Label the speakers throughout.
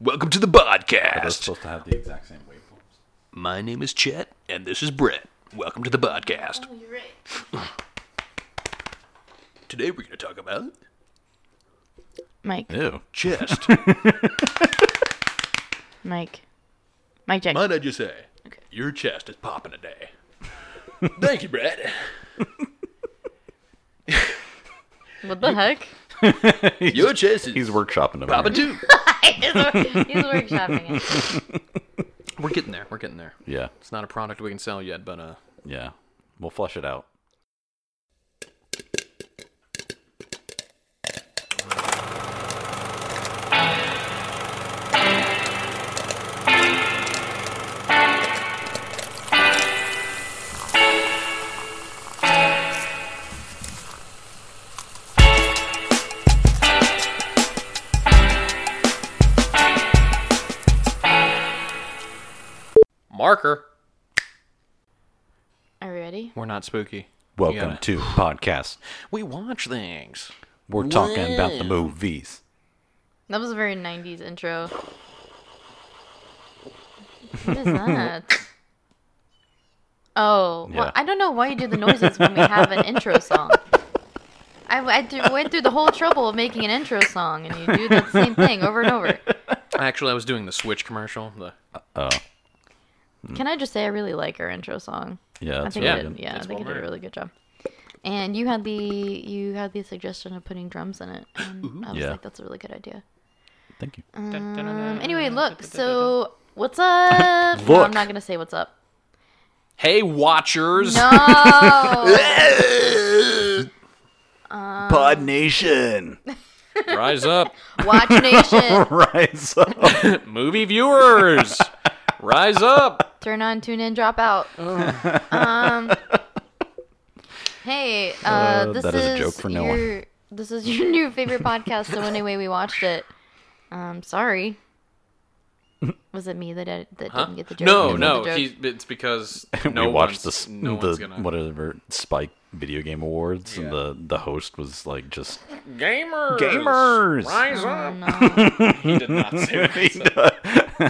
Speaker 1: Welcome to the
Speaker 2: Are those
Speaker 1: podcast.
Speaker 2: supposed to have the exact same waveforms?
Speaker 1: My name is Chet, and this is Brett. Welcome to the podcast.
Speaker 3: Oh, you're right.
Speaker 1: Today we're going to talk about
Speaker 3: Mike,
Speaker 2: Ew.
Speaker 1: chest.
Speaker 3: Mike, Mike Jack.
Speaker 1: Might I just say,
Speaker 3: Okay.
Speaker 1: your chest is popping today. Thank you, Brett.
Speaker 3: What the heck?
Speaker 1: Your chest is
Speaker 2: He's workshopping over
Speaker 1: popping
Speaker 2: here.
Speaker 1: too.
Speaker 3: he's, wor- he's workshopping it.
Speaker 4: We're getting there. We're getting there.
Speaker 2: Yeah,
Speaker 4: It's not a product we can sell yet, but uh,
Speaker 2: yeah. We'll flush it out.
Speaker 4: marker.
Speaker 3: Are we ready?
Speaker 4: We're not spooky.
Speaker 2: Welcome
Speaker 4: Yeah.
Speaker 2: to podcast.
Speaker 4: We watch things.
Speaker 2: We're talking about the movies.
Speaker 3: That was a very 90s intro. What is that? Oh,
Speaker 2: Yeah.
Speaker 3: well, I don't know why you do the noises when we have an intro song. I, I d- went through the whole trouble of making an intro song, and you do the same thing over and over.
Speaker 4: Actually, I was doing the Switch commercial. The
Speaker 2: Oh,
Speaker 3: Can I just say I really like our intro song?
Speaker 2: yeah.
Speaker 3: I
Speaker 2: That's
Speaker 3: think
Speaker 2: really
Speaker 3: it did.
Speaker 2: good.
Speaker 3: Yeah, I
Speaker 4: It's
Speaker 3: think it
Speaker 4: well
Speaker 3: did a
Speaker 4: made.
Speaker 3: really good job. And you had the you had the suggestion of putting drums in it, and I was
Speaker 2: Yeah.
Speaker 3: like, "That's a really good idea."
Speaker 2: Thank you.
Speaker 3: Um, anyway, look. So what's up? No,
Speaker 2: Look.
Speaker 3: I'm not gonna say what's up.
Speaker 4: Hey Watchers.
Speaker 3: No.
Speaker 2: Pod Nation.
Speaker 4: Rise up,
Speaker 3: Watch Nation.
Speaker 2: right. So
Speaker 4: movie viewers. Rise up.
Speaker 3: Turn on, tune in, drop out. Um.
Speaker 4: Oh.
Speaker 3: Hey, uh,
Speaker 2: Uh,
Speaker 3: this
Speaker 2: that is a joke for no one.
Speaker 3: your, This is your new favorite podcast. So anyway, we watched it. Um, sorry. Was it me that I, that didn't get the joke?
Speaker 4: No,
Speaker 3: Didn't get
Speaker 4: no.
Speaker 3: the joke?
Speaker 4: He, it's because
Speaker 2: we
Speaker 4: no
Speaker 2: watched
Speaker 4: one's,
Speaker 2: this,
Speaker 4: No
Speaker 2: the
Speaker 4: one's gonna.
Speaker 2: whatever Spike Video Game Awards,
Speaker 4: Yeah.
Speaker 2: and the the host was like just
Speaker 4: Gamers.
Speaker 2: Gamers.
Speaker 4: Rise up.
Speaker 3: Oh, no.
Speaker 4: He did not say that.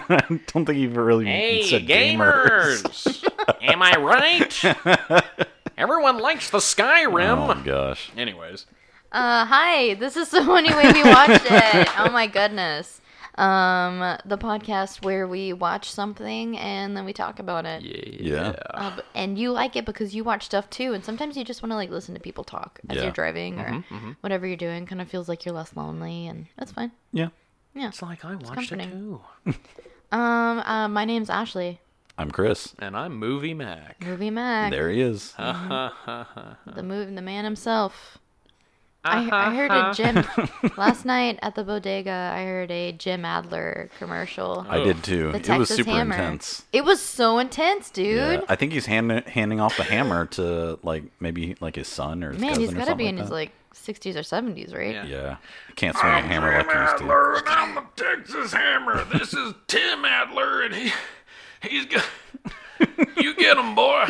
Speaker 2: I don't think he really
Speaker 4: Hey,
Speaker 2: said gamers.
Speaker 4: gamers! Am I right? Everyone likes the
Speaker 2: Oh my
Speaker 4: Skyrim.
Speaker 2: gosh.
Speaker 4: Anyways,
Speaker 3: Uh, hi, this is so anyway we watched it. oh my goodness. Um, the podcast where we watch something and then we talk about it.
Speaker 2: Yeah.
Speaker 3: Uh, b- and you like it because you watch stuff too, and sometimes you just want to like listen to people talk as
Speaker 2: Yeah. Mm-hmm,
Speaker 3: you're driving or whatever you're doing. Kind of feels like you're less lonely, and that's fine.
Speaker 2: Yeah.
Speaker 4: it's like I watched it
Speaker 3: comforting.
Speaker 4: too,
Speaker 3: Um, uh, my name's Ashley.
Speaker 2: I'm Chris.
Speaker 4: and I'm Movie Mac.
Speaker 3: Movie Mac,
Speaker 2: There he is.
Speaker 3: the move, the man himself. I, I heard a Jim last night at the bodega. I heard a Jim Adler commercial.
Speaker 2: I did too.
Speaker 3: The
Speaker 2: it
Speaker 3: Texas
Speaker 2: was super
Speaker 3: Hammer.
Speaker 2: intense.
Speaker 3: It was so intense, dude.
Speaker 2: Yeah. I think he's hand, handing off the hammer to like maybe like his son or his
Speaker 3: Man,
Speaker 2: cousin or
Speaker 3: he's got to
Speaker 2: something
Speaker 3: be in
Speaker 2: like
Speaker 3: his
Speaker 2: that.
Speaker 3: like 60s or 70s, right?
Speaker 4: Yeah.
Speaker 2: Yeah. Can't swing a hammer like he used to.
Speaker 1: Adler, and I'm the Texas Hammer. This is Tim Adler, and he, he's got. You get him, boy.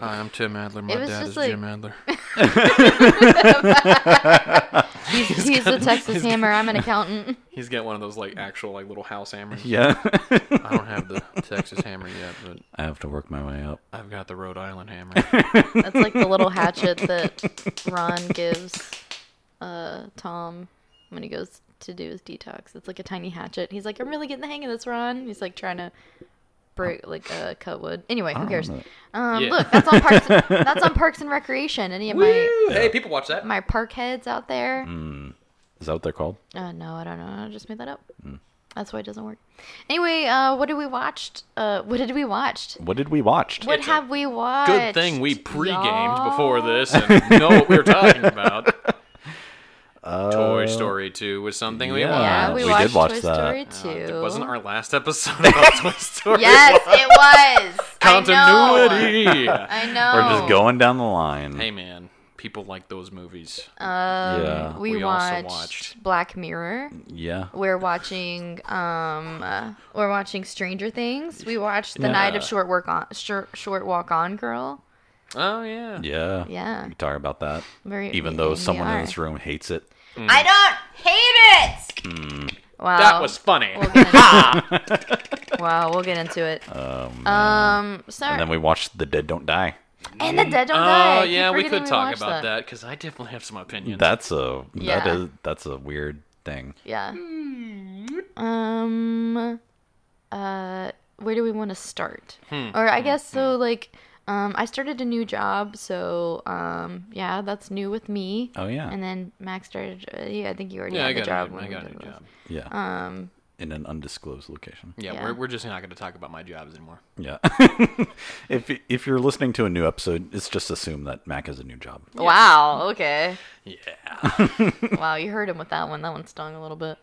Speaker 4: Hi, I'm Tim Adler. My
Speaker 3: It was
Speaker 4: dad
Speaker 3: just
Speaker 4: is Jim
Speaker 3: like-
Speaker 4: Adler.
Speaker 3: He's, he's the Texas Hammer. I'm an accountant.
Speaker 4: He's got one of those like actual like little house hammers.
Speaker 2: Yeah.
Speaker 4: I don't have the Texas hammer yet, but
Speaker 2: I have to work my way up.
Speaker 4: I've got the Rhode Island hammer.
Speaker 3: That's like the little hatchet that Ron gives uh, Tom when he goes to do his detox. It's like a tiny hatchet. He's like, I'm really getting the hang of this, Ron. He's like trying to break, like, uh, cut wood. Anyway, who cares?
Speaker 2: remember
Speaker 3: Um,
Speaker 4: Yeah.
Speaker 3: Look, that's on Parks. that's on Parks and Recreation. Any of my
Speaker 4: hey, people watch that.
Speaker 3: my park heads out there?
Speaker 2: Is that what they're called?
Speaker 3: Uh, no, I don't know. I just made that up. That's why it doesn't work. Anyway, uh, what did we watched? Uh, what did we watched?
Speaker 2: What did we watch?
Speaker 3: What
Speaker 4: It's a
Speaker 3: have we watched?
Speaker 4: Good thing we pre-gamed
Speaker 3: y'all?
Speaker 4: before this and know what we were talking about. Toy Story 2 was something Uh, we
Speaker 2: yeah.
Speaker 4: watched.
Speaker 3: Yeah,
Speaker 2: Uh,
Speaker 3: we,
Speaker 2: we did
Speaker 3: watched
Speaker 2: watch
Speaker 3: Toy
Speaker 2: that.
Speaker 3: Story
Speaker 4: Uh,
Speaker 3: 2.
Speaker 4: It wasn't our last episode about Toy Story.
Speaker 3: yes,
Speaker 4: one.
Speaker 3: it was.
Speaker 4: continuity.
Speaker 3: I know. I know.
Speaker 2: We're just going down the line.
Speaker 4: hey man, people like those movies.
Speaker 3: Um,
Speaker 2: Yeah.
Speaker 3: we,
Speaker 4: We also
Speaker 3: watched
Speaker 4: watched-
Speaker 3: Black Mirror.
Speaker 2: Yeah.
Speaker 3: We're watching. Um, uh, we're watching Stranger Things. We watched The Night of
Speaker 2: Yeah.
Speaker 3: Short Work On, Short, Short Walk On Girl.
Speaker 4: Oh yeah.
Speaker 2: Yeah.
Speaker 3: Yeah.
Speaker 2: We could talk about that.
Speaker 3: Very-
Speaker 2: Even though
Speaker 3: and we
Speaker 2: someone in
Speaker 3: are.
Speaker 2: this room hates it.
Speaker 3: I don't hate it. Wow.
Speaker 4: That was funny.
Speaker 3: Hmm. We'll get into- wow, we'll get into it. um, sorry.
Speaker 2: And
Speaker 3: And,
Speaker 2: then we watched The Dead Don't Die.
Speaker 3: the dead don't die. I
Speaker 4: Oh
Speaker 3: keep
Speaker 4: yeah, we
Speaker 3: forgetting
Speaker 4: could talk
Speaker 3: watched
Speaker 4: about that because I definitely have some opinions.
Speaker 2: That's a that
Speaker 3: Yeah.
Speaker 2: is that's a weird thing.
Speaker 3: Yeah. Um. Uh, where do we want to start?
Speaker 4: Hmm.
Speaker 3: Or I guess so. Like, um, I started a new job, so um, yeah, that's new with me.
Speaker 2: Oh yeah,
Speaker 3: And then Max started. Uh, yeah, I think you already
Speaker 4: yeah, I
Speaker 3: had the
Speaker 4: got
Speaker 3: job.
Speaker 4: a new,
Speaker 3: when
Speaker 4: I
Speaker 3: we
Speaker 4: got a
Speaker 3: did
Speaker 4: new
Speaker 3: this.
Speaker 4: job.
Speaker 2: yeah,
Speaker 3: Um.
Speaker 2: in an undisclosed location.
Speaker 4: Yeah,
Speaker 3: Yeah.
Speaker 4: We're, we're just not going to talk about my jobs anymore.
Speaker 2: Yeah. if if you're listening to a new episode, it's just assume that Mac has a new job.
Speaker 3: Wow. Okay.
Speaker 4: Yeah,
Speaker 3: Wow, you heard him with that one. That one stung a little bit.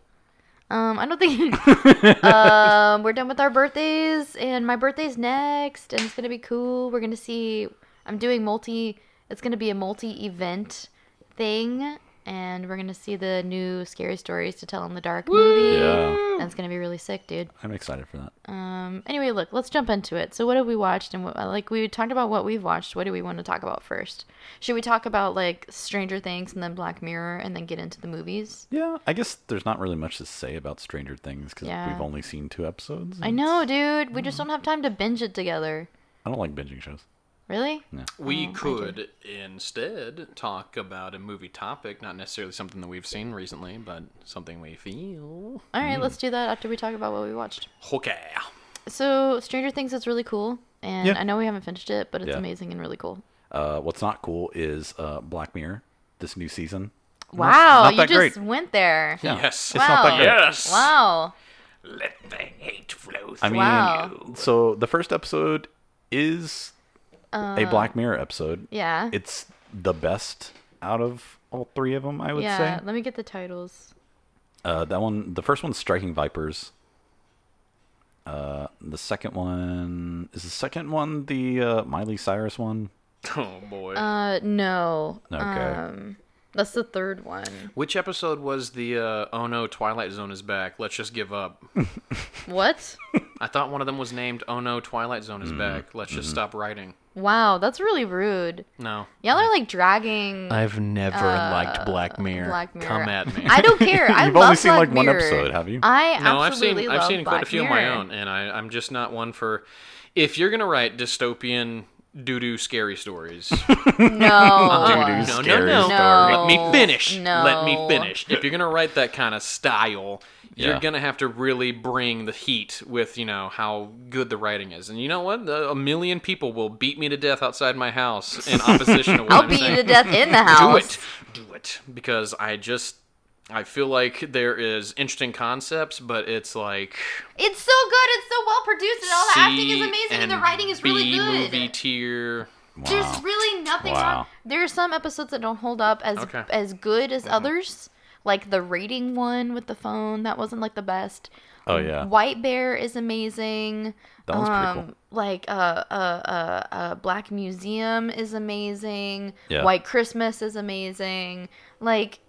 Speaker 3: Um, I don't think. um, we're done with our birthdays, and my birthday's next, and it's gonna be cool. We're gonna see. I'm doing multi. It's gonna be a multi-event thing, and we're gonna see the new scary stories to tell in the dark movie.
Speaker 2: Yeah,
Speaker 3: That's gonna be really sick, dude.
Speaker 2: I'm excited for that.
Speaker 3: Um, anyway, look, let's jump into it. So, what have we watched? And what, like, we talked about what we've watched. What do we want to talk about first? Should we talk about like Stranger Things and then Black Mirror, and then get into the movies?
Speaker 2: Yeah, I guess there's not really much to say about Stranger Things because
Speaker 3: Yeah.
Speaker 2: we've only seen two episodes.
Speaker 3: I
Speaker 2: and
Speaker 3: know, dude. We
Speaker 2: Mm-hmm.
Speaker 3: just don't have time to binge it together.
Speaker 2: I don't like binging shows.
Speaker 3: Really? Oh,
Speaker 4: we could instead talk about a movie topic, not necessarily something that we've seen recently, but something we feel.
Speaker 3: All right,
Speaker 2: Mm.
Speaker 3: let's do that after we talk about what we watched.
Speaker 4: Okay.
Speaker 3: Oh. So, Stranger Things is really cool, and
Speaker 2: Yeah.
Speaker 3: I know we haven't finished it, but it's
Speaker 2: Yeah.
Speaker 3: amazing and really cool.
Speaker 2: Uh, what's not cool is uh, Black Mirror this new season.
Speaker 3: Wow,
Speaker 2: not
Speaker 3: you
Speaker 2: that
Speaker 3: just
Speaker 2: great.
Speaker 3: went there.
Speaker 2: Yeah,
Speaker 4: Yes.
Speaker 2: it's not that
Speaker 3: Wow.
Speaker 2: great.
Speaker 4: Yes.
Speaker 3: Wow.
Speaker 1: Let the hate flow through
Speaker 2: I mean,
Speaker 3: Wow.
Speaker 2: so the first episode is a Black Mirror episode.
Speaker 3: Uh. Yeah.
Speaker 2: It's the best out of all three of them, I would
Speaker 3: yeah.
Speaker 2: say.
Speaker 3: Let me get the titles.
Speaker 2: Uh, that one, the first one's Striking Vipers. Uh, the second one is the second one the uh, Miley Cyrus one.
Speaker 4: Oh boy.
Speaker 3: Uh, no.
Speaker 2: Okay,
Speaker 3: Um, that's the third one.
Speaker 4: Which episode was the uh, oh no Twilight Zone is back? Let's just give up.
Speaker 3: What?
Speaker 4: I thought one of them was named oh no Twilight Zone is back. Let's just stop writing.
Speaker 3: wow, that's really rude.
Speaker 4: No.
Speaker 3: Y'all are like dragging.
Speaker 4: I've never liked Black Mirror.
Speaker 3: Uh, Black Mirror.
Speaker 4: Come at me.
Speaker 3: I don't care. I
Speaker 2: You've
Speaker 3: love
Speaker 2: only seen,
Speaker 3: Black
Speaker 2: like, one
Speaker 3: Mirror.
Speaker 2: episode, have you?
Speaker 3: I
Speaker 4: no, I've seen
Speaker 3: absolutely
Speaker 4: I've
Speaker 3: love
Speaker 4: seen quite
Speaker 3: Black
Speaker 4: a few
Speaker 3: Mirror.
Speaker 4: of my own, and I, I'm just not one for. If you're gonna write dystopian doo doo scary stories,
Speaker 3: No.
Speaker 2: Doo-doo
Speaker 4: Oh, no, no,
Speaker 2: scary
Speaker 4: no,
Speaker 3: story.
Speaker 4: let me finish.
Speaker 3: No.
Speaker 4: Let me finish. If you're gonna write that kind of style,
Speaker 2: Yeah.
Speaker 4: you're gonna have to really bring the heat with you know how good the writing is. And you know what? A a million people will beat me to death outside my house in opposition to what
Speaker 3: I'll
Speaker 4: I'm
Speaker 3: beat
Speaker 4: saying.
Speaker 3: you to death in the
Speaker 4: do
Speaker 3: house.
Speaker 4: it do it because i just i feel like there is interesting concepts but it's like
Speaker 3: It's so good. It's so well produced, and all the
Speaker 4: C
Speaker 3: acting is amazing, and the
Speaker 4: and
Speaker 3: writing is really
Speaker 4: B
Speaker 3: good.
Speaker 4: movie tier
Speaker 3: There's really nothing
Speaker 2: Wow.
Speaker 3: wrong. There are some episodes that don't hold up as
Speaker 4: Okay.
Speaker 3: as good
Speaker 2: Mm-hmm.
Speaker 3: as others. Like the rating one with the phone, that wasn't like the best.
Speaker 2: Oh yeah,
Speaker 3: White Bear is amazing.
Speaker 2: that one's pretty cool.
Speaker 3: Um, like uh, uh, uh, uh, Black Museum is amazing.
Speaker 2: Yeah.
Speaker 3: White Christmas is amazing. Like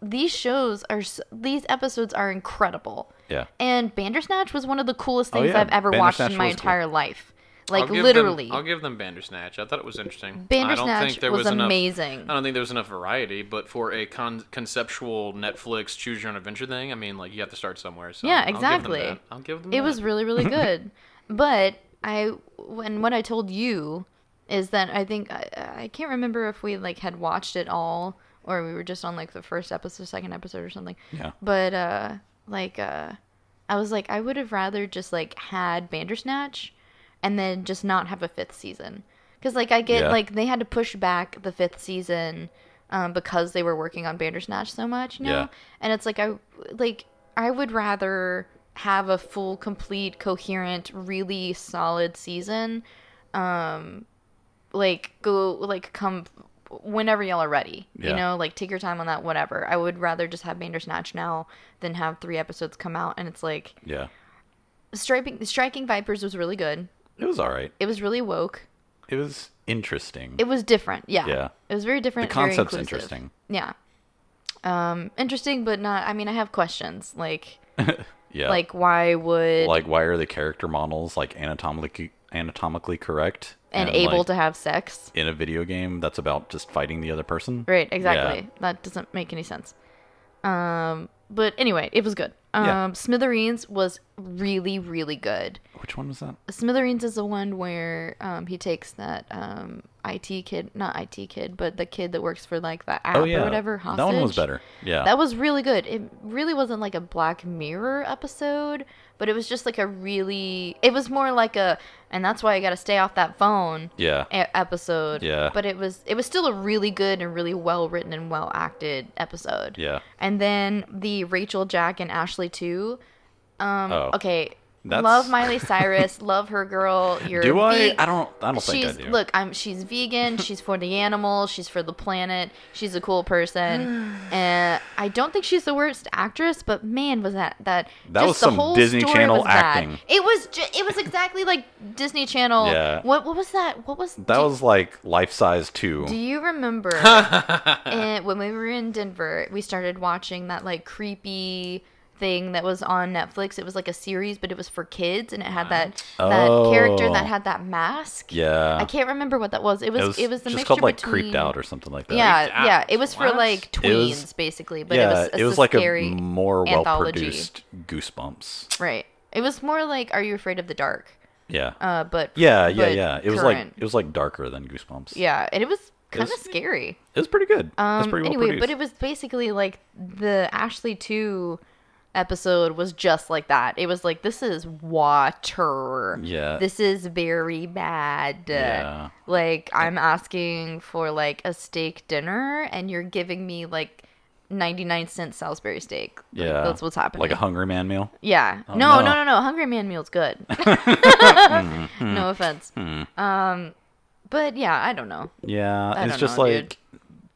Speaker 3: these shows are, s- these episodes are incredible.
Speaker 2: Yeah, Oh,
Speaker 3: And Bandersnatch was one of the coolest things
Speaker 2: yeah,
Speaker 3: I've ever watched in
Speaker 2: Bandersnatch
Speaker 3: my
Speaker 2: was cool.
Speaker 3: entire life. Like
Speaker 4: I'll give them-
Speaker 3: literally,
Speaker 4: i'll give them bandersnatch i thought it was interesting i don't
Speaker 3: Bandersnatch
Speaker 4: think there
Speaker 3: was,
Speaker 4: was, enough
Speaker 3: amazing.
Speaker 4: I don't think there was enough variety, but for a con- conceptual Netflix choose your own adventure thing, I mean, like you have to start somewhere. So
Speaker 3: Yeah,
Speaker 4: I'll give them
Speaker 3: exactly.
Speaker 4: that. I'll give them.
Speaker 3: It
Speaker 4: that.
Speaker 2: Mm-hmm.
Speaker 3: was really, really good. but I, when what I told you is that I think I, I can't remember if we like had watched it all or we were just on like the first episode, second episode, or something.
Speaker 2: Yeah.
Speaker 3: But uh, like uh, I was like, I would have rather just like had Bandersnatch, and then just not have a fifth season. Cause like I get
Speaker 2: Yeah.
Speaker 3: like they had to push back the fifth season um, because they were working on Bandersnatch so much, you know.
Speaker 2: Yeah.
Speaker 3: And it's like I like I would rather have a full, complete, coherent, really solid season. Um, like go like come whenever y'all are ready. You
Speaker 2: Yeah.
Speaker 3: know, like take your time on that. Whatever. I would rather just have Bandersnatch now than have three episodes come out. And it's like
Speaker 2: yeah,
Speaker 3: striking striking vipers was really good.
Speaker 2: it was all right.
Speaker 3: It was really woke.
Speaker 2: It was interesting.
Speaker 3: It was different. Yeah.
Speaker 2: Yeah.
Speaker 3: It was very different.
Speaker 2: The
Speaker 3: very
Speaker 2: concept's
Speaker 3: inclusive.
Speaker 2: interesting.
Speaker 3: Yeah. Um, interesting, but not. I mean, I have questions. Like,
Speaker 2: yeah,
Speaker 3: like why would
Speaker 2: like why are the character models like anatomically anatomically correct
Speaker 3: and, able
Speaker 2: like,
Speaker 3: to have sex?
Speaker 2: in a video game that's about just fighting the other person?
Speaker 3: Right. Exactly. That doesn't make any sense. Um, But anyway, it was good. Um,
Speaker 2: Yeah.
Speaker 3: Smithereens was really, really good.
Speaker 2: Which one was that?
Speaker 3: Smithereens is the one where um, he takes that um, IT kid, not IT kid, but the kid that works for like the app
Speaker 2: Oh yeah,
Speaker 3: or whatever. Hostage.
Speaker 2: that one was better. Yeah,
Speaker 3: That was really good. It really wasn't like a Black Mirror episode, but it was just like a really. It was more like a, and that's why you got to stay off that phone.
Speaker 2: yeah,
Speaker 3: e- episode.
Speaker 2: Yeah.
Speaker 3: But it was it was still a really good and really well written and well acted episode.
Speaker 2: yeah.
Speaker 3: And then the Rachel, Jack, and Ashley too. Um,
Speaker 2: Oh.
Speaker 3: Okay.
Speaker 2: That's-
Speaker 3: Love Miley Cyrus. love her girl. You're
Speaker 2: Do I?
Speaker 3: ve-
Speaker 2: I don't. I don't think I
Speaker 3: She's
Speaker 2: do.
Speaker 3: look. I'm. She's vegan. She's for the animals. She's for the planet. She's a cool person. and I don't think she's the worst actress, but man, was that that
Speaker 2: That
Speaker 3: just
Speaker 2: was
Speaker 3: the
Speaker 2: some
Speaker 3: whole
Speaker 2: Disney
Speaker 3: story
Speaker 2: Channel
Speaker 3: was bad.
Speaker 2: acting.
Speaker 3: It was. Ju- it was exactly like Disney Channel.
Speaker 2: Yeah.
Speaker 3: What? What was that? What was
Speaker 2: that
Speaker 3: do-
Speaker 2: was like life size two.
Speaker 3: do you remember eh, when we were in Denver, we started watching that like creepy thing that was on Netflix. It was like a series, but it was for kids and it had that that character that
Speaker 2: Oh.
Speaker 3: had that mask.
Speaker 2: yeah,
Speaker 3: I can't remember what that was. It was
Speaker 2: It
Speaker 3: it
Speaker 2: was,
Speaker 3: was, the
Speaker 2: just
Speaker 3: mixture
Speaker 2: called like
Speaker 3: between...
Speaker 2: creeped out or something like that.
Speaker 3: yeah,
Speaker 4: Creeped Out.
Speaker 3: yeah. It was
Speaker 4: What?
Speaker 3: for like
Speaker 2: It
Speaker 3: tweens
Speaker 2: was-
Speaker 3: basically, but
Speaker 2: yeah,
Speaker 3: it was, it's a
Speaker 2: like
Speaker 3: scary
Speaker 2: a more well
Speaker 3: anthology.
Speaker 2: produced Goosebumps.
Speaker 3: right. It was more like Are You Afraid of the Dark?
Speaker 2: Yeah,
Speaker 3: Uh, but
Speaker 2: yeah, yeah,
Speaker 3: but
Speaker 2: yeah. It was like
Speaker 3: current.
Speaker 2: it was like darker than Goosebumps.
Speaker 3: yeah, and it was kind of
Speaker 2: was-
Speaker 3: scary.
Speaker 2: it was pretty good. it was
Speaker 3: Um,
Speaker 2: pretty well
Speaker 3: anyway,
Speaker 2: produced.
Speaker 3: but it was basically like the Ashley 2 episode was just like that. It was like, this is water.
Speaker 2: Yeah.
Speaker 3: This is very bad.
Speaker 2: Yeah.
Speaker 3: Like, I'm asking for like a steak dinner and you're giving me like 99 cent Salisbury steak. Like,
Speaker 2: yeah,
Speaker 3: That's what's happening.
Speaker 2: Like a Hungry Man meal.
Speaker 3: Yeah. no,
Speaker 2: no.
Speaker 3: no, no, no. Hungry Man meal's good.
Speaker 2: Mm-hmm.
Speaker 3: no offense. Um, but yeah, I don't know.
Speaker 2: Yeah,
Speaker 3: I
Speaker 2: it's
Speaker 3: don't
Speaker 2: just
Speaker 3: know, dude.
Speaker 2: like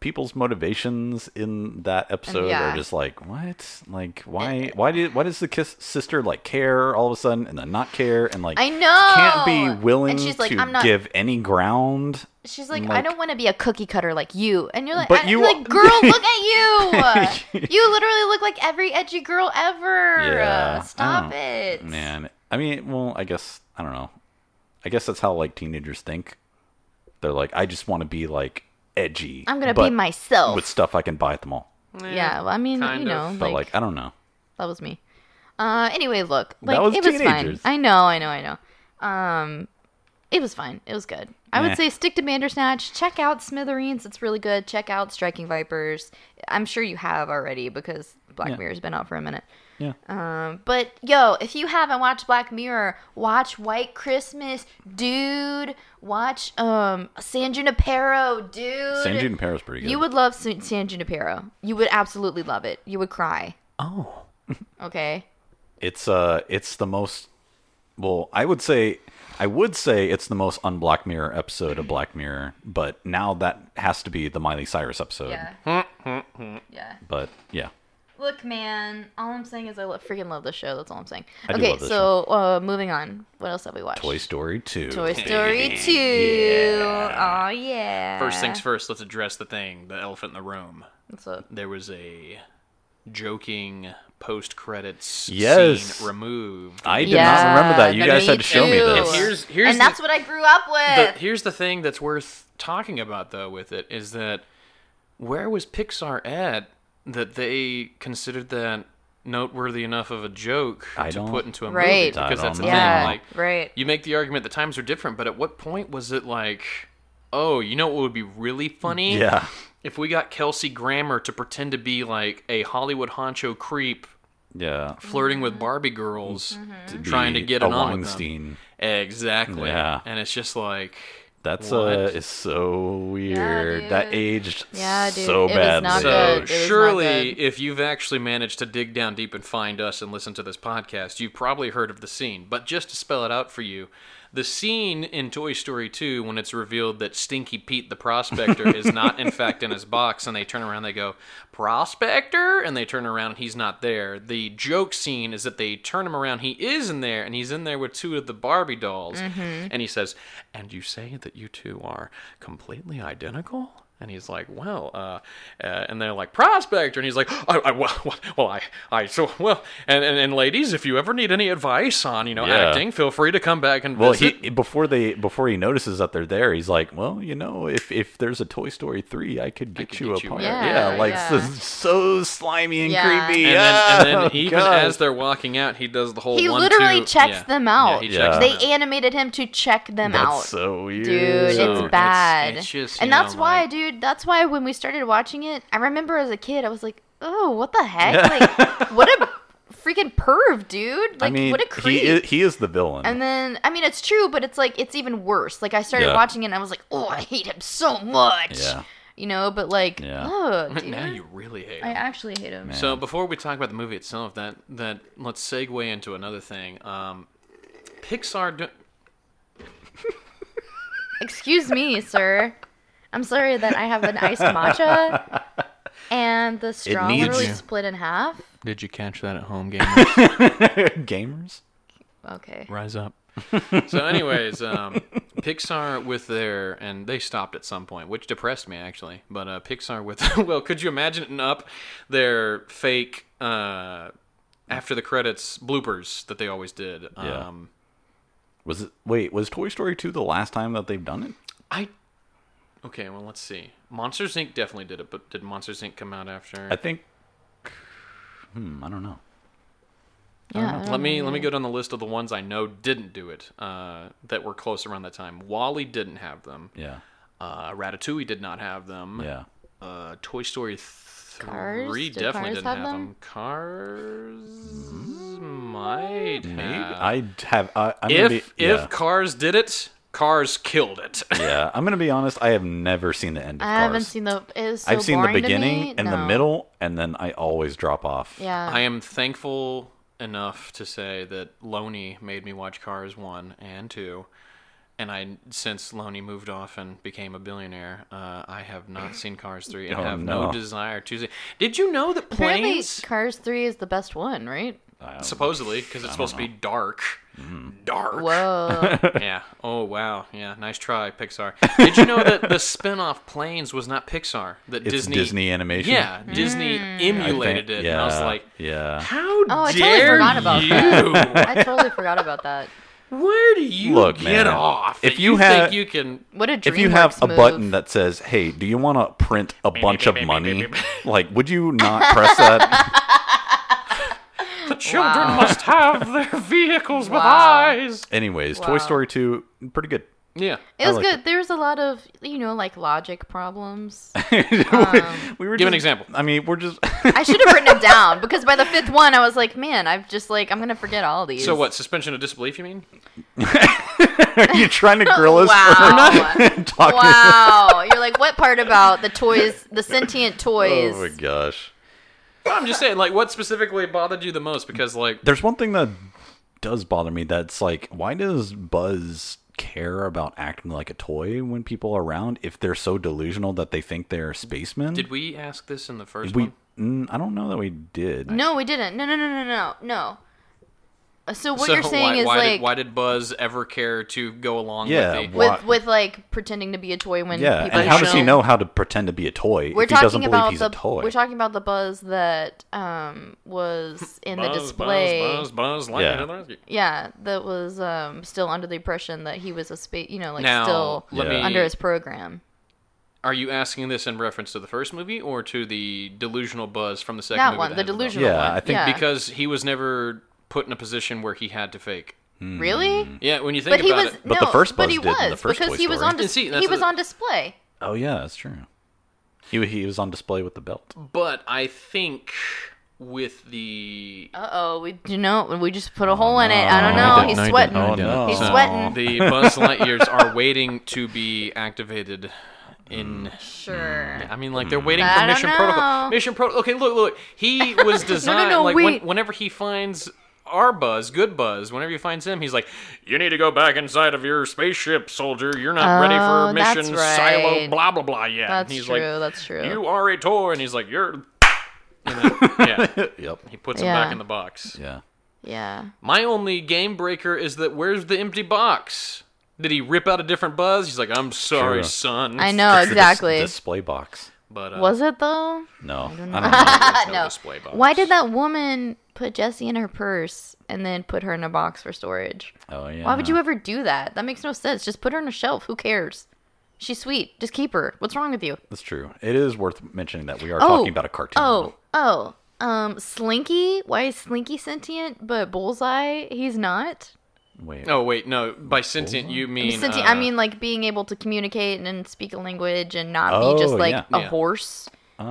Speaker 2: people's motivations in that episode
Speaker 3: yeah. Eh,
Speaker 2: are just like what? Like why? Why did? Why does the kiss sister like care all of a sudden and then not care and like
Speaker 3: I know.
Speaker 2: can't be willing
Speaker 3: And she's like,
Speaker 2: to
Speaker 3: I'm not-
Speaker 2: give any ground?
Speaker 3: She's like, I
Speaker 2: Like-
Speaker 3: don't want to be a cookie cutter like you. And you're like,
Speaker 2: But
Speaker 3: I,
Speaker 2: you-
Speaker 3: you like, girl, look at you. you literally look like every edgy girl ever.
Speaker 2: Yeah, I
Speaker 3: Stop
Speaker 2: don't-
Speaker 3: it.
Speaker 2: Man, I mean, well, I guess I don't know. I guess that's how like teenagers think. They're like, I just want to be like edgy.
Speaker 3: I'm gonna
Speaker 2: but
Speaker 3: be myself.
Speaker 2: with stuff I can buy at the mall.
Speaker 3: yeah, well, I mean,
Speaker 4: kind
Speaker 3: you know,
Speaker 4: of.
Speaker 2: But
Speaker 3: like,
Speaker 2: like, I don't know.
Speaker 3: that was me. Uh, anyway, look, like
Speaker 2: was
Speaker 3: it was
Speaker 2: teenagers.
Speaker 3: fine. I know, I know, I know. Um, it was fine. It was good. I
Speaker 2: Meh.
Speaker 3: would say stick to Bandersnatch. Check out Smithereens. It's really good. Check out Striking Vipers. I'm sure you have already because Black
Speaker 2: Yeah.
Speaker 3: Mirror's been out for a minute.
Speaker 2: Yeah.
Speaker 3: uh, But yo, if you haven't watched Black Mirror, watch White Christmas, dude. Watch um San Junipero, dude.
Speaker 2: San Junipero is pretty good.
Speaker 3: You would love San, San Junipero. You would absolutely love it. You would cry.
Speaker 2: oh.
Speaker 3: Okay.
Speaker 2: it's uh it's the most well i would say i would say it's the most unblack mirror episode of black mirror but now that has to be the miley cyrus episode
Speaker 3: Yeah. yeah.
Speaker 2: but yeah
Speaker 3: Look, man. All I'm saying is I lo- freaking love this show. That's all I'm saying.
Speaker 2: I do
Speaker 3: okay,
Speaker 2: love this
Speaker 3: so uh, moving on. What else have we watched?
Speaker 2: toy story 2
Speaker 3: Toy Story Two. Oh yeah.
Speaker 4: First things first, let's address the thing, the elephant in the room.
Speaker 3: What's up?
Speaker 4: There was a joking post credits
Speaker 2: Yes.
Speaker 4: scene removed.
Speaker 2: i did not remember that you
Speaker 3: Yeah,
Speaker 2: guys
Speaker 3: me
Speaker 2: had to show me
Speaker 3: too.
Speaker 2: this
Speaker 4: And here's here's
Speaker 3: and
Speaker 4: the-
Speaker 3: that's what I grew up
Speaker 4: the,
Speaker 3: with.
Speaker 4: here's the thing that's worth talking about though with it is that where was Pixar at that they considered that noteworthy enough of a joke
Speaker 2: I
Speaker 4: to
Speaker 2: don't-
Speaker 4: put into a movie
Speaker 3: Right.
Speaker 2: I
Speaker 4: because that's
Speaker 2: don't
Speaker 4: the
Speaker 3: yeah,
Speaker 4: thing like
Speaker 3: right.
Speaker 4: you make the argument the times are different but at what point was it like oh you know what would be really funny
Speaker 2: yeah
Speaker 4: if we got Kelsey Grammer to pretend to be like a Hollywood honcho creep
Speaker 2: yeah
Speaker 4: flirting with Barbie girls
Speaker 2: be
Speaker 4: trying to get
Speaker 2: a
Speaker 4: it on with them.
Speaker 2: Weinstein.
Speaker 4: exactly
Speaker 2: Yeah.
Speaker 4: and it's just like
Speaker 2: that's
Speaker 4: What?
Speaker 2: uh is so weird
Speaker 3: dude.
Speaker 2: that aged
Speaker 3: Yeah, dude,
Speaker 2: so
Speaker 3: it was
Speaker 2: badly
Speaker 3: not
Speaker 4: So
Speaker 3: good. It was not
Speaker 4: surely,
Speaker 3: good.
Speaker 4: if you've actually managed to dig down deep and find us and listen to this podcast, you've probably heard of the scene. But just to spell it out for you, the scene in Toy Story 2 when it's revealed that Stinky Pete the prospector is not in fact in his box, and they turn around, they go prospector, and they turn around and he's not there. The joke scene is that they turn him around, he is in there, and he's in there with two of the Barbie
Speaker 3: Mm-hmm.
Speaker 4: dolls, and he says, "And you say that you two are completely identical." And he's like, well, uh, uh, and they're like, prospector. And he's like, I, I, well, well, I, I, so, well, and, and, and ladies, if you ever need any advice on, you know,
Speaker 2: Yeah.
Speaker 4: acting, feel free to come back and
Speaker 2: Well,
Speaker 4: visit.
Speaker 2: he before they before he notices that they're there, he's like, "Well, you know, if if there's a Toy Story three, I could get
Speaker 4: could
Speaker 2: you
Speaker 4: get
Speaker 2: a
Speaker 4: you
Speaker 2: part."
Speaker 4: one.
Speaker 2: Yeah,
Speaker 3: Yeah,
Speaker 2: like
Speaker 3: yeah.
Speaker 2: So, so slimy and
Speaker 3: Yeah.
Speaker 2: creepy.
Speaker 4: And then, and
Speaker 2: Oh,
Speaker 4: then even
Speaker 2: God.
Speaker 4: as they're walking out, he does the whole.
Speaker 3: He
Speaker 4: one,
Speaker 3: literally
Speaker 4: two-
Speaker 3: checks
Speaker 4: yeah.
Speaker 3: them out.
Speaker 4: Yeah, he
Speaker 2: Yeah.
Speaker 4: checks
Speaker 3: They
Speaker 4: them out.
Speaker 3: animated him to check them
Speaker 2: that's
Speaker 3: out.
Speaker 2: so weird,
Speaker 3: Dude,
Speaker 4: So it's-
Speaker 3: it's bad.
Speaker 4: it's just, you
Speaker 3: and that's
Speaker 4: know,
Speaker 3: why,
Speaker 4: like-
Speaker 3: dude, that's why when we started watching it, I remember as a kid, I was like, oh, what the heck? Like, what a freaking perv, dude. Like,
Speaker 2: I mean,
Speaker 3: what a
Speaker 2: he
Speaker 3: creep.
Speaker 2: is, he is the villain.
Speaker 3: and then, I mean, it's true, but it's like, it's even worse. Like, I started
Speaker 2: Yeah.
Speaker 3: watching it and I was like, oh, I hate him so much.
Speaker 2: Yeah.
Speaker 3: You know, but like,
Speaker 2: Yeah.
Speaker 3: oh, dude.
Speaker 4: now you really hate.
Speaker 3: I
Speaker 4: him.
Speaker 3: actually hate him.
Speaker 4: So before we talk about the movie itself, that that let's segue into another thing. Um, Pixar. Do-
Speaker 3: Excuse me, sir. I'm sorry that I have an iced matcha and the straw
Speaker 2: needs-
Speaker 3: literally
Speaker 2: Yeah.
Speaker 3: split in half.
Speaker 4: Did you catch that at home, gamers?
Speaker 2: Gamers,
Speaker 3: Okay.
Speaker 4: Rise up. so, anyways, um, Pixar with their and they stopped at some point, which depressed me actually. But uh, Pixar with well, could you imagine it in up their fake uh, after the credits bloopers that they always did?
Speaker 2: Yeah.
Speaker 4: Um,
Speaker 2: was it? Wait, was Toy Story two the last time that they've done it?
Speaker 4: I okay. Well, let's see. Monsters Inc. definitely did it, but did Monsters Inc. come out after?
Speaker 2: I think. Hmm, I don't know.
Speaker 3: Yeah. I
Speaker 4: let
Speaker 3: don't
Speaker 4: me
Speaker 3: know.
Speaker 4: let me go down the list of the ones I know didn't do it uh, that were close around that time. Wally didn't have them.
Speaker 2: Yeah,
Speaker 4: Uh, Ratatouille did not have them.
Speaker 2: yeah.
Speaker 4: Uh, Toy Story
Speaker 3: Cars?
Speaker 4: three
Speaker 3: Did
Speaker 4: definitely
Speaker 3: Cars
Speaker 4: didn't
Speaker 3: have
Speaker 4: have them.
Speaker 3: them?
Speaker 4: Cars
Speaker 2: Mm-hmm.
Speaker 4: might
Speaker 2: Maybe
Speaker 4: have.
Speaker 2: I have. I, I'm
Speaker 4: if
Speaker 2: gonna be,
Speaker 4: Uh, if
Speaker 2: yeah.
Speaker 4: Cars did it, Cars killed it.
Speaker 2: yeah, I'm gonna be honest. I have never seen the end of
Speaker 3: I
Speaker 2: Cars.
Speaker 3: haven't seen the. It was so
Speaker 2: I've seen the
Speaker 3: boring to me.
Speaker 2: beginning and the
Speaker 3: No.
Speaker 2: middle, and then I always drop off.
Speaker 3: Yeah.
Speaker 4: I am thankful enough to say that Loney made me watch Cars 1 and 2. And I, since Loney moved off and became a billionaire, uh, I have not seen Cars 3 and
Speaker 2: Oh,
Speaker 4: have no.
Speaker 2: no.
Speaker 4: desire to see. Did you know that
Speaker 3: Apparently,
Speaker 4: planes,
Speaker 3: Cars Three is the best one, right?
Speaker 2: Um,
Speaker 4: supposedly, because it's supposed to be dark, dark.
Speaker 3: Whoa.
Speaker 4: Yeah. Oh, wow. Yeah. Nice try, Pixar. Did you know that the spin off Planes was not Pixar? That
Speaker 2: it's Disney,
Speaker 4: Disney.
Speaker 2: animation.
Speaker 4: Yeah. Disney
Speaker 2: I think-
Speaker 4: emulated it. And I was like,
Speaker 2: yeah.
Speaker 4: how
Speaker 3: Hmm. Oh, I totally
Speaker 4: dare
Speaker 3: forgot about
Speaker 4: you?
Speaker 3: I totally forgot about that.
Speaker 4: Where do you
Speaker 2: Look,
Speaker 4: get
Speaker 2: man,
Speaker 4: off?
Speaker 2: if
Speaker 4: that
Speaker 2: you
Speaker 4: you
Speaker 2: had-
Speaker 4: think you can,
Speaker 3: What a
Speaker 2: If you have
Speaker 3: DreamWorks
Speaker 2: a
Speaker 3: move.
Speaker 2: button that says, "Hey, do you want to print a bunch of money?" like, would you not press that?
Speaker 4: the children
Speaker 3: Wow.
Speaker 4: must have their vehicles with
Speaker 3: Wow.
Speaker 4: eyes.
Speaker 2: Anyways, Toy
Speaker 3: Wow.
Speaker 2: Story two, pretty good.
Speaker 4: Yeah,
Speaker 3: it was
Speaker 2: like
Speaker 3: good. There was a lot of you know like logic problems. Um,
Speaker 2: We were
Speaker 4: Give an
Speaker 2: just-
Speaker 4: example.
Speaker 2: I mean, we're just
Speaker 3: I should have written it down because by the fifth one, I was like, man, I've just like I'm gonna forget all these.
Speaker 4: So what? Suspension of disbelief? You mean?
Speaker 2: you're trying to grill us
Speaker 3: Wow.
Speaker 2: for talking.
Speaker 3: wow. You're like, what part about the toys, the sentient toys?
Speaker 2: Oh my gosh.
Speaker 4: Well, I'm just saying, like, what specifically bothered you the most? Because, like,
Speaker 2: There's one thing that does bother me. That's like, why does Buzz care about acting like a toy when people are around if they're so delusional that they think they're spacemen?
Speaker 4: did we ask this in the first
Speaker 2: we?
Speaker 4: one?
Speaker 2: Mm, I don't know that we did.
Speaker 3: no, we didn't. No, no, no, no, no, no. Uh, So what
Speaker 4: so
Speaker 3: you're saying
Speaker 4: why,
Speaker 3: is
Speaker 4: why
Speaker 3: like
Speaker 4: did, why did Buzz ever care to go along
Speaker 2: Yeah,
Speaker 4: with the?
Speaker 2: why-
Speaker 3: with with like pretending to be a toy when
Speaker 2: Yeah,
Speaker 3: people
Speaker 2: and how does he
Speaker 3: don't.
Speaker 2: know how to pretend to be a toy
Speaker 3: We're
Speaker 2: if he doesn't
Speaker 3: talking
Speaker 2: believe
Speaker 3: about
Speaker 2: he's
Speaker 3: the
Speaker 2: a toy?
Speaker 3: we're talking about the buzz that um was in the
Speaker 4: Buzz,
Speaker 3: display.
Speaker 4: Buzz, Buzz, Buzz, lightning
Speaker 2: Yeah.
Speaker 4: to the rescue.
Speaker 3: Yeah, that was um still under the impression that he was a space, you know, like
Speaker 4: Now,
Speaker 3: still
Speaker 4: let
Speaker 2: Yeah.
Speaker 4: me.
Speaker 3: under his program.
Speaker 4: Are you asking this in reference to the first movie or to the delusional Buzz from the second?
Speaker 3: That
Speaker 4: movie
Speaker 3: one, the
Speaker 4: had buzz?
Speaker 3: delusional
Speaker 2: yeah,
Speaker 3: one.
Speaker 2: I think
Speaker 3: yeah.
Speaker 4: because he was never put in a position where he had to fake.
Speaker 2: Hmm.
Speaker 3: really?
Speaker 4: Yeah, when you think
Speaker 3: But he
Speaker 4: about
Speaker 3: was
Speaker 4: it.
Speaker 2: But
Speaker 3: no,
Speaker 2: the first
Speaker 3: but
Speaker 2: Buzz
Speaker 3: he
Speaker 2: did in
Speaker 3: was
Speaker 2: the first
Speaker 3: because
Speaker 2: Toy
Speaker 3: he was
Speaker 2: Story.
Speaker 3: on dis-
Speaker 4: see,
Speaker 3: he
Speaker 4: that's
Speaker 3: was
Speaker 4: the-
Speaker 3: on display.
Speaker 2: Oh yeah, that's true. He he was on display with the belt.
Speaker 4: But I think with the
Speaker 3: Uh oh, we you know we just put a hole in it. I don't
Speaker 2: Oh, no, I
Speaker 3: know.
Speaker 2: didn't-
Speaker 3: He's
Speaker 2: no, I
Speaker 3: sweating.
Speaker 2: didn't, I didn't.
Speaker 3: He's
Speaker 2: Oh.
Speaker 3: sweating.
Speaker 4: the Buzz Lightyears are waiting to be activated. In
Speaker 2: Mm.
Speaker 3: Sure.
Speaker 4: I mean, like they're waiting
Speaker 3: I
Speaker 4: for
Speaker 3: don't
Speaker 4: Mission Protocol.
Speaker 3: know.
Speaker 4: Mission Protocol. Okay, look, look. He was designed
Speaker 3: no,
Speaker 4: like when-
Speaker 3: wait.
Speaker 4: whenever he finds our Buzz, good Buzz. Whenever he finds him, he's like, "You need to go back inside of your spaceship, soldier. You're not ready for
Speaker 3: Oh, that's
Speaker 4: mission silo
Speaker 3: right.
Speaker 4: blah blah blah yet." And
Speaker 3: That's
Speaker 4: he's
Speaker 3: true.
Speaker 4: like,
Speaker 3: that's true.
Speaker 4: you are a toy and he's like you're and then, yeah
Speaker 2: Yep.
Speaker 4: he puts him
Speaker 3: Yeah.
Speaker 4: back in the box
Speaker 2: Yeah.
Speaker 3: yeah.
Speaker 4: my only game breaker is that where's the empty box Did he rip out a different buzz? He's like, "I'm
Speaker 2: Sure.
Speaker 4: sorry, son."
Speaker 3: I know
Speaker 2: Picture dis-
Speaker 3: Oh, exactly.
Speaker 2: display box.
Speaker 4: But uh,
Speaker 3: Was it though?
Speaker 2: No, I don't know.
Speaker 4: there's no,
Speaker 3: No.
Speaker 4: display box.
Speaker 3: Why did that woman put Jesse in her purse and then put her in a box for storage?
Speaker 2: Oh yeah.
Speaker 3: Why would you ever do that? That makes no sense. Just put her on a shelf. Who cares? She's sweet. Just keep her. What's wrong with you?
Speaker 2: That's true. It is worth mentioning that we are
Speaker 3: Oh.
Speaker 2: talking about a cartoon.
Speaker 3: Oh, oh. Um, Slinky? Why is Slinky sentient but Bullseye? He's not?
Speaker 2: Wait.
Speaker 4: Oh wait, no. By sentient, you mean
Speaker 3: Sentient,
Speaker 4: uh,
Speaker 3: I mean, like being able to communicate and speak a language and not be
Speaker 2: Oh,
Speaker 3: just like
Speaker 2: yeah. Uh,
Speaker 3: a
Speaker 4: Yeah.
Speaker 3: horse.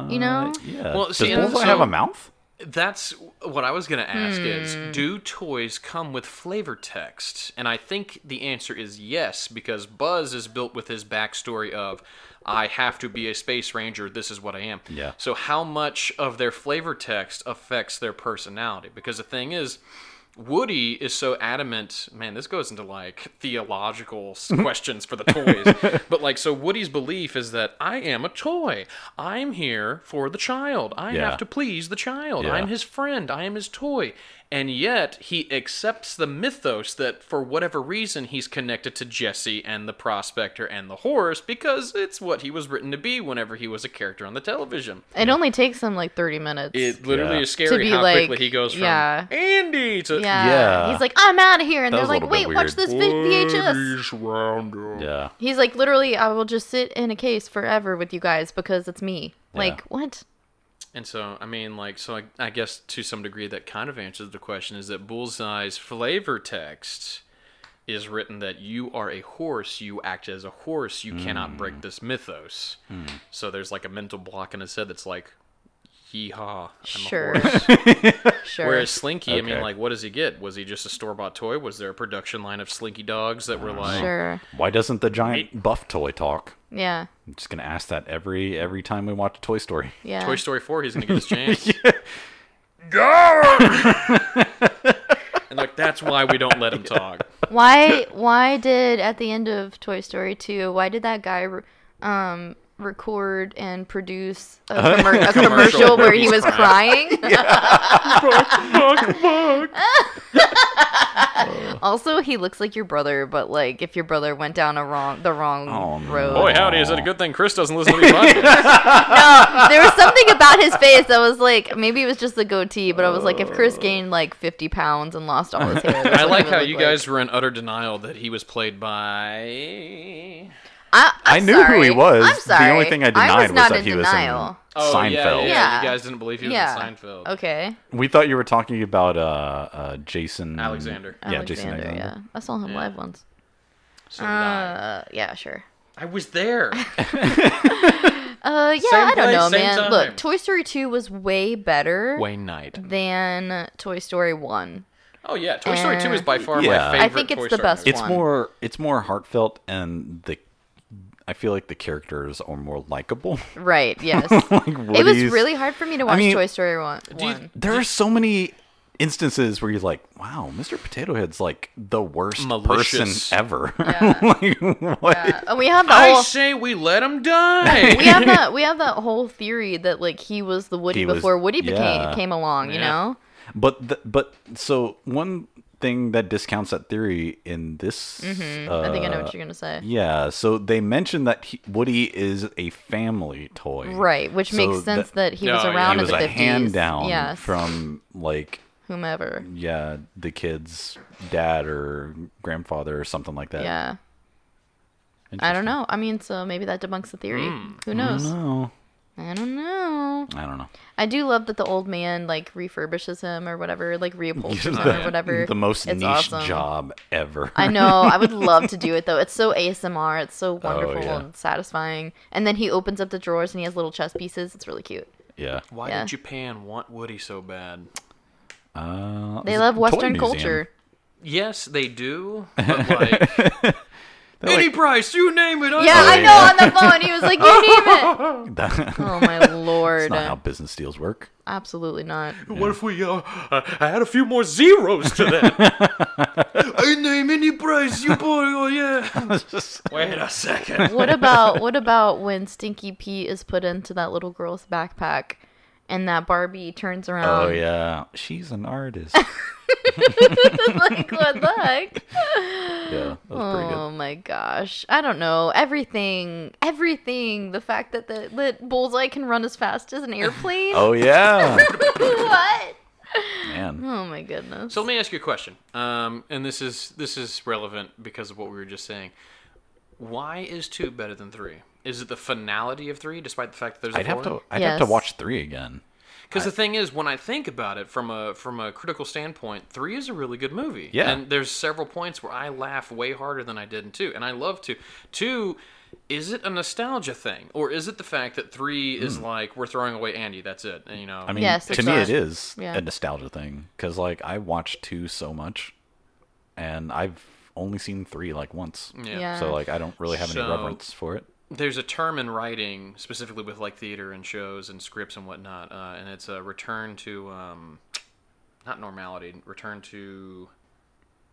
Speaker 3: you know?
Speaker 2: Yeah.
Speaker 4: Well,
Speaker 2: Does
Speaker 4: see, and
Speaker 2: Bullseye
Speaker 4: so-
Speaker 2: have a mouth?
Speaker 4: That's what I was going to ask is do toys come with flavor text? And I think the answer is yes because Buzz is built with his backstory of I have to be a space ranger, this is what I am.
Speaker 2: Yeah.
Speaker 4: So how much of their flavor text affects their personality? Because the thing is Woody is so adamant, man, this goes into like theological s- questions for the toys. but like so Woody's belief is that I am a toy. I'm here for the child. I
Speaker 2: Yeah.
Speaker 4: have to please the child.
Speaker 2: Yeah.
Speaker 4: I'm his friend. I am his toy. And yet he accepts the mythos that for whatever reason he's connected to Jesse and the prospector and the horse because it's what he was written to be whenever he was a character on the television.
Speaker 3: It only takes them like 30 minutes.
Speaker 4: It literally
Speaker 2: Yeah.
Speaker 4: is scary
Speaker 3: be
Speaker 4: how
Speaker 3: like-
Speaker 4: quickly he goes from
Speaker 3: yeah.
Speaker 4: Andy to
Speaker 3: yeah.
Speaker 2: Yeah.
Speaker 3: He's like, I'm out of here. And
Speaker 2: That
Speaker 3: they're
Speaker 2: was a
Speaker 3: like,
Speaker 2: little bit
Speaker 3: wait, watch
Speaker 2: weird.
Speaker 3: this vi- VHS.
Speaker 2: Yeah.
Speaker 3: He's like, literally, I will just sit in a case forever with you guys because it's me. Like, what?
Speaker 4: And so, I mean, like, so I, I guess to some degree that kind of answers the question is that Bullseye's flavor text is written that you are a horse, you act as a horse, you cannot break this mythos. So there's like a mental block in his head that's like, yeehaw. I'm
Speaker 3: Sure.
Speaker 4: A horse.
Speaker 3: Sure.
Speaker 4: Whereas Slinky, I mean,
Speaker 2: Okay.
Speaker 4: like, what does he get? Was he just a store bought toy? Was there a production line of Slinky dogs that were like,
Speaker 3: sure.
Speaker 2: Why doesn't the giant buff toy talk?
Speaker 3: Yeah.
Speaker 2: I'm just gonna ask that every every time we watch a Toy Story.
Speaker 3: Yeah.
Speaker 4: Toy Story 4, he's going to get his chance? And like, that's why we don't let him talk.
Speaker 3: why why did at the end of Toy Story 2 why did that guy um record and produce a, commer- a commercial where he
Speaker 4: he's
Speaker 3: was crying also he looks like your brother but like if your brother went down a wrong the wrong
Speaker 2: Oh,
Speaker 3: road
Speaker 4: Boy, howdy, is it a good thing Chris doesn't listen to these podcasts?
Speaker 3: there was something about his face that was like maybe it was just the goatee but i was like if chris gained like 50 pounds and lost all his hair that's
Speaker 4: I
Speaker 3: what
Speaker 4: like
Speaker 3: he would
Speaker 4: how
Speaker 3: look
Speaker 4: you guys were in utter denial that he was played by.
Speaker 3: I, I'm
Speaker 2: I knew who
Speaker 3: sorry.
Speaker 2: he was. The
Speaker 3: I'm
Speaker 2: only
Speaker 3: sorry.
Speaker 2: thing I
Speaker 3: was,
Speaker 2: denied was
Speaker 3: not
Speaker 2: that
Speaker 3: in
Speaker 2: he was in-
Speaker 3: denial.
Speaker 4: Oh, yeah, Yeah,
Speaker 2: Seinfeld.
Speaker 4: yeah, you
Speaker 3: Yeah.
Speaker 4: guys didn't believe he was
Speaker 3: yeah. Oh,
Speaker 4: in Seinfeld.
Speaker 3: Okay.
Speaker 2: We thought you were talking about uh, uh Jason
Speaker 4: Alexander.
Speaker 2: Yeah, Jason
Speaker 3: Alexander,
Speaker 2: Alexander.
Speaker 3: Yeah, I saw him live once.
Speaker 4: So did I.
Speaker 3: Uh, yeah, sure.
Speaker 4: I was there.
Speaker 3: Uh, yeah,
Speaker 4: Same
Speaker 3: I don't
Speaker 4: place,
Speaker 3: know,
Speaker 4: same
Speaker 3: man.
Speaker 4: time.
Speaker 3: Look, Toy Story Two was way better
Speaker 4: Wayne Knight.
Speaker 3: than Toy Story One.
Speaker 4: Oh yeah, Toy Story Two
Speaker 3: Uh,
Speaker 4: is by far
Speaker 2: Yeah.
Speaker 4: my
Speaker 2: I
Speaker 4: favorite.
Speaker 3: think it's
Speaker 4: Toy
Speaker 3: the
Speaker 4: Story
Speaker 3: best
Speaker 4: movie.
Speaker 2: It's
Speaker 3: one.
Speaker 2: more it's more heartfelt and the I feel like the characters are more likable.
Speaker 3: Right? Yes.
Speaker 2: like
Speaker 3: it was
Speaker 2: Woody's-
Speaker 3: really hard for me to watch
Speaker 2: mean,
Speaker 3: Toy Story One.
Speaker 4: do you-
Speaker 3: one.
Speaker 2: there are so many instances where you're like, wow, Mr. Potato Head's like the worst
Speaker 4: Malicious.
Speaker 2: person ever.
Speaker 3: Yeah.
Speaker 2: like, what?
Speaker 3: Uh, and we have the
Speaker 4: I
Speaker 3: whole.
Speaker 4: say we let him die.
Speaker 3: we have that. We have that whole theory that like he was the Woody
Speaker 2: He was-
Speaker 3: before Woody became
Speaker 2: yeah.
Speaker 3: came along. You
Speaker 4: Yeah.
Speaker 3: know.
Speaker 2: But th- but so one thing that discounts that theory in this, uh,
Speaker 3: I think I know what you're gonna say.
Speaker 2: yeah. So they mentioned that he, Woody is a family toy,
Speaker 3: Right, which
Speaker 2: So
Speaker 3: makes sense
Speaker 2: that-
Speaker 3: that he was
Speaker 4: No,
Speaker 2: He
Speaker 4: yeah.
Speaker 3: around in
Speaker 2: was
Speaker 3: the
Speaker 2: a
Speaker 3: 50s.
Speaker 2: hand down
Speaker 3: yes,
Speaker 2: from like
Speaker 3: whomever.
Speaker 2: yeah the kid's dad or grandfather or something like that.
Speaker 3: Yeah. I don't know. I mean, so maybe that debunks the theory. Who knows?
Speaker 2: No,
Speaker 3: I don't know.
Speaker 2: Oh, I don't know.
Speaker 3: I do love that the old man like refurbishes him or whatever, like reupholsters
Speaker 2: The-
Speaker 3: him or whatever.
Speaker 2: The most
Speaker 3: It's
Speaker 2: niche
Speaker 3: awesome.
Speaker 2: job ever.
Speaker 3: I know. I would love to do it though. It's so ASMR. It's so wonderful
Speaker 2: Oh, yeah.
Speaker 3: and satisfying. And then he opens up the drawers and he has little chess pieces. It's really cute.
Speaker 2: yeah.
Speaker 4: Why
Speaker 3: Yeah.
Speaker 4: did Japan want Woody so bad?
Speaker 2: Uh,
Speaker 3: They
Speaker 2: it's a
Speaker 3: love
Speaker 2: toy
Speaker 3: Western
Speaker 2: museum.
Speaker 3: culture.
Speaker 4: Yes, they do. But like, any price, you name
Speaker 2: Oh,
Speaker 4: it. I
Speaker 3: Yeah,
Speaker 4: will.
Speaker 3: I know. On the phone, he was like, "You name it."
Speaker 2: That's
Speaker 3: Oh my lord!
Speaker 2: not how business deals work.
Speaker 3: Absolutely not.
Speaker 4: What if we uh, I I had a few more zeros to that? I name any price, you boy. Oh yeah. Wait a second.
Speaker 3: What about what about when Stinky Pete is put into that little girl's backpack and that Barbie turns around.
Speaker 2: Oh yeah, she's an artist.
Speaker 3: like what the heck?
Speaker 2: yeah, that was pretty
Speaker 3: Oh
Speaker 2: good.
Speaker 3: my gosh. I don't know. Everything, everything. The fact that the that Bullseye can run as fast as an airplane.
Speaker 2: Oh yeah,
Speaker 3: What?
Speaker 2: man.
Speaker 3: Oh my goodness.
Speaker 4: So let me ask you a question, um, and this is this is relevant because of what we were just saying. Why is two better than three? Is it the finality of three, despite the fact that there's a
Speaker 2: I'd have
Speaker 4: four?
Speaker 2: to. I'd have to
Speaker 3: Yes.
Speaker 2: watch three again.
Speaker 4: Because the thing is, when I think about it from a from a critical standpoint, three is a really good movie.
Speaker 2: Yeah.
Speaker 4: and there's several points where I laugh way harder than I did in two, and I love two. Two, is it a nostalgia thing, or is it the fact that three is like we're throwing away Andy? That's it. And, you know,
Speaker 2: Hmm. I mean,
Speaker 3: Yes,
Speaker 2: to
Speaker 3: it's
Speaker 2: me,
Speaker 3: not-
Speaker 2: it is
Speaker 3: yeah.
Speaker 2: a nostalgia thing because like I watched two so much, and I've only seen three like once.
Speaker 4: yeah.
Speaker 3: Yeah.
Speaker 2: So like I don't really have
Speaker 4: So-
Speaker 2: any reverence for it.
Speaker 4: there's a term in writing specifically with like theater and shows and scripts and whatnot uh, and it's a return to um, not normality return to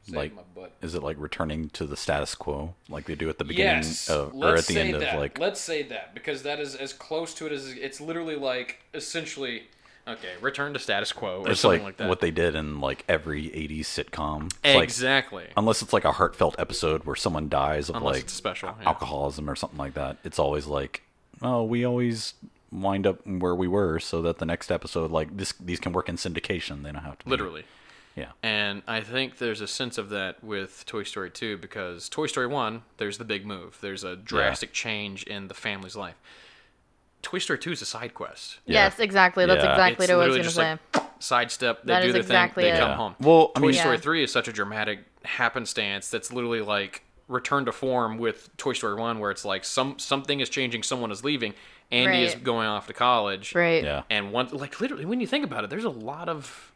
Speaker 4: save
Speaker 2: Like-
Speaker 4: my butt.
Speaker 2: Is it like returning to the status quo, like they do at the beginning of, or at the end of like?
Speaker 4: let's say that because that is as close to it as it's literally like essentially okay return to status quo or
Speaker 2: It's
Speaker 4: something
Speaker 2: like,
Speaker 4: like, that
Speaker 2: what they did in like every '80s sitcom. It's like-
Speaker 4: exactly
Speaker 2: unless it's like a heartfelt episode where someone dies of
Speaker 4: Unless
Speaker 2: like
Speaker 4: it's special, yeah.
Speaker 2: alcoholism or something like that. It's always like, oh, we always wind up where we were, so that the next episode, like this, these can work in syndication. They don't have to be-
Speaker 4: literally
Speaker 2: yeah.
Speaker 4: And I think there's a sense of that with Toy Story 2 because Toy Story 1, there's the big move. There's a drastic change in the family's life. Toy Story 2 is a side quest.
Speaker 3: yes, exactly. That's
Speaker 2: Yeah.
Speaker 4: It's
Speaker 3: exactly what I was
Speaker 4: literally
Speaker 3: gonna
Speaker 4: just
Speaker 3: say.
Speaker 4: like sidestep. They
Speaker 3: That
Speaker 4: do
Speaker 3: is
Speaker 4: their
Speaker 3: exactly
Speaker 4: thing. They
Speaker 3: it.
Speaker 4: come
Speaker 2: Yeah.
Speaker 4: home.
Speaker 2: Well, I
Speaker 4: Toy
Speaker 2: mean-
Speaker 4: Story
Speaker 3: Yeah.
Speaker 4: 3 is such a dramatic happenstance that's literally like return to form with Toy Story 1, where it's like some something is changing, someone is leaving, Andy is
Speaker 3: Right.
Speaker 4: going off to college,
Speaker 3: right.
Speaker 2: Yeah.
Speaker 4: and one like literally when you think about it, there's a lot of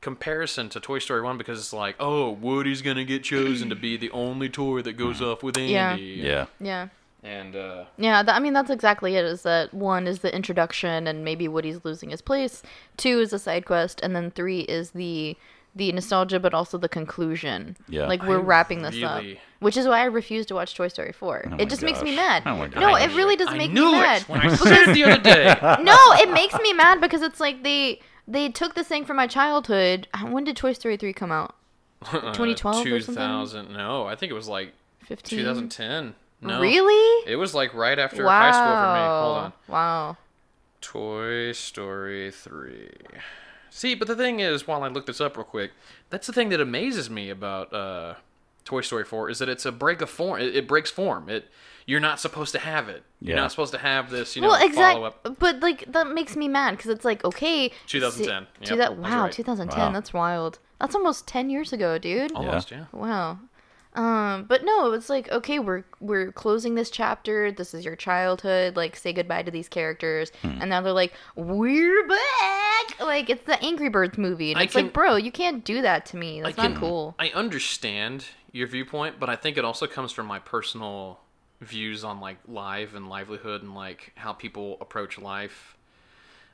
Speaker 4: comparison to Toy Story One because it's like, oh, Woody's gonna get chosen to be the only toy that goes off with Andy.
Speaker 3: Mm. Yeah.
Speaker 2: Yeah.
Speaker 3: Yeah.
Speaker 4: And uh,
Speaker 3: Yeah, th- I mean that's exactly it. Is that one is the introduction, and maybe Woody's losing his place. Two is a side quest, and then three is the the nostalgia, but also the conclusion.
Speaker 2: Yeah.
Speaker 3: like we're
Speaker 4: I
Speaker 3: wrapping this up,
Speaker 4: really-
Speaker 3: which is why I refuse to watch Toy Story four.
Speaker 2: my
Speaker 3: it just makes me
Speaker 2: gosh.
Speaker 3: mad.
Speaker 2: Oh my
Speaker 3: no,
Speaker 2: gosh.
Speaker 3: it really does
Speaker 4: I
Speaker 3: make
Speaker 4: knew
Speaker 3: me
Speaker 4: it
Speaker 3: mad.
Speaker 4: when I said it the other day.
Speaker 3: no, it makes me mad because it's like they they took this thing from my childhood. When did Toy Story three come out? 2012 or something?
Speaker 4: 2000. Uh, No, I think it was like
Speaker 3: Fifteen.
Speaker 4: 2010. No,
Speaker 3: Really?
Speaker 4: It was like right after
Speaker 3: wow.
Speaker 4: high school for me. Hold on.
Speaker 3: Wow.
Speaker 4: Toy Story 3. See, but the thing is, while I look this up real quick, that's the thing that amazes me about uh, Toy Story 4 is that it's a break of form. It, it breaks form. It you're not supposed to have it. You're
Speaker 2: Yeah.
Speaker 4: not supposed to have this. You know,
Speaker 3: well,
Speaker 4: follow up.
Speaker 3: exactly. But like that makes me mad because it's like okay,
Speaker 4: 2010.
Speaker 3: see-
Speaker 4: Yep,
Speaker 3: two thou-
Speaker 4: I was
Speaker 3: wow,
Speaker 4: right.
Speaker 3: 2010.
Speaker 2: Wow.
Speaker 3: That's wild. That's almost 10 years ago, dude.
Speaker 4: Almost, yeah.
Speaker 3: Wow. Um, but no, it was like okay, we're we're closing this chapter. This is your childhood. Like, say goodbye to these characters,
Speaker 4: Hmm.
Speaker 3: and now they're like, we're back. Like, it's the Angry Birds movie, and
Speaker 4: I
Speaker 3: it's
Speaker 4: can-
Speaker 3: like, bro, you can't do that to me. That's
Speaker 4: can-
Speaker 3: not cool.
Speaker 4: I understand your viewpoint, but I think it also comes from my personal views on like life and livelihood and like how people approach life.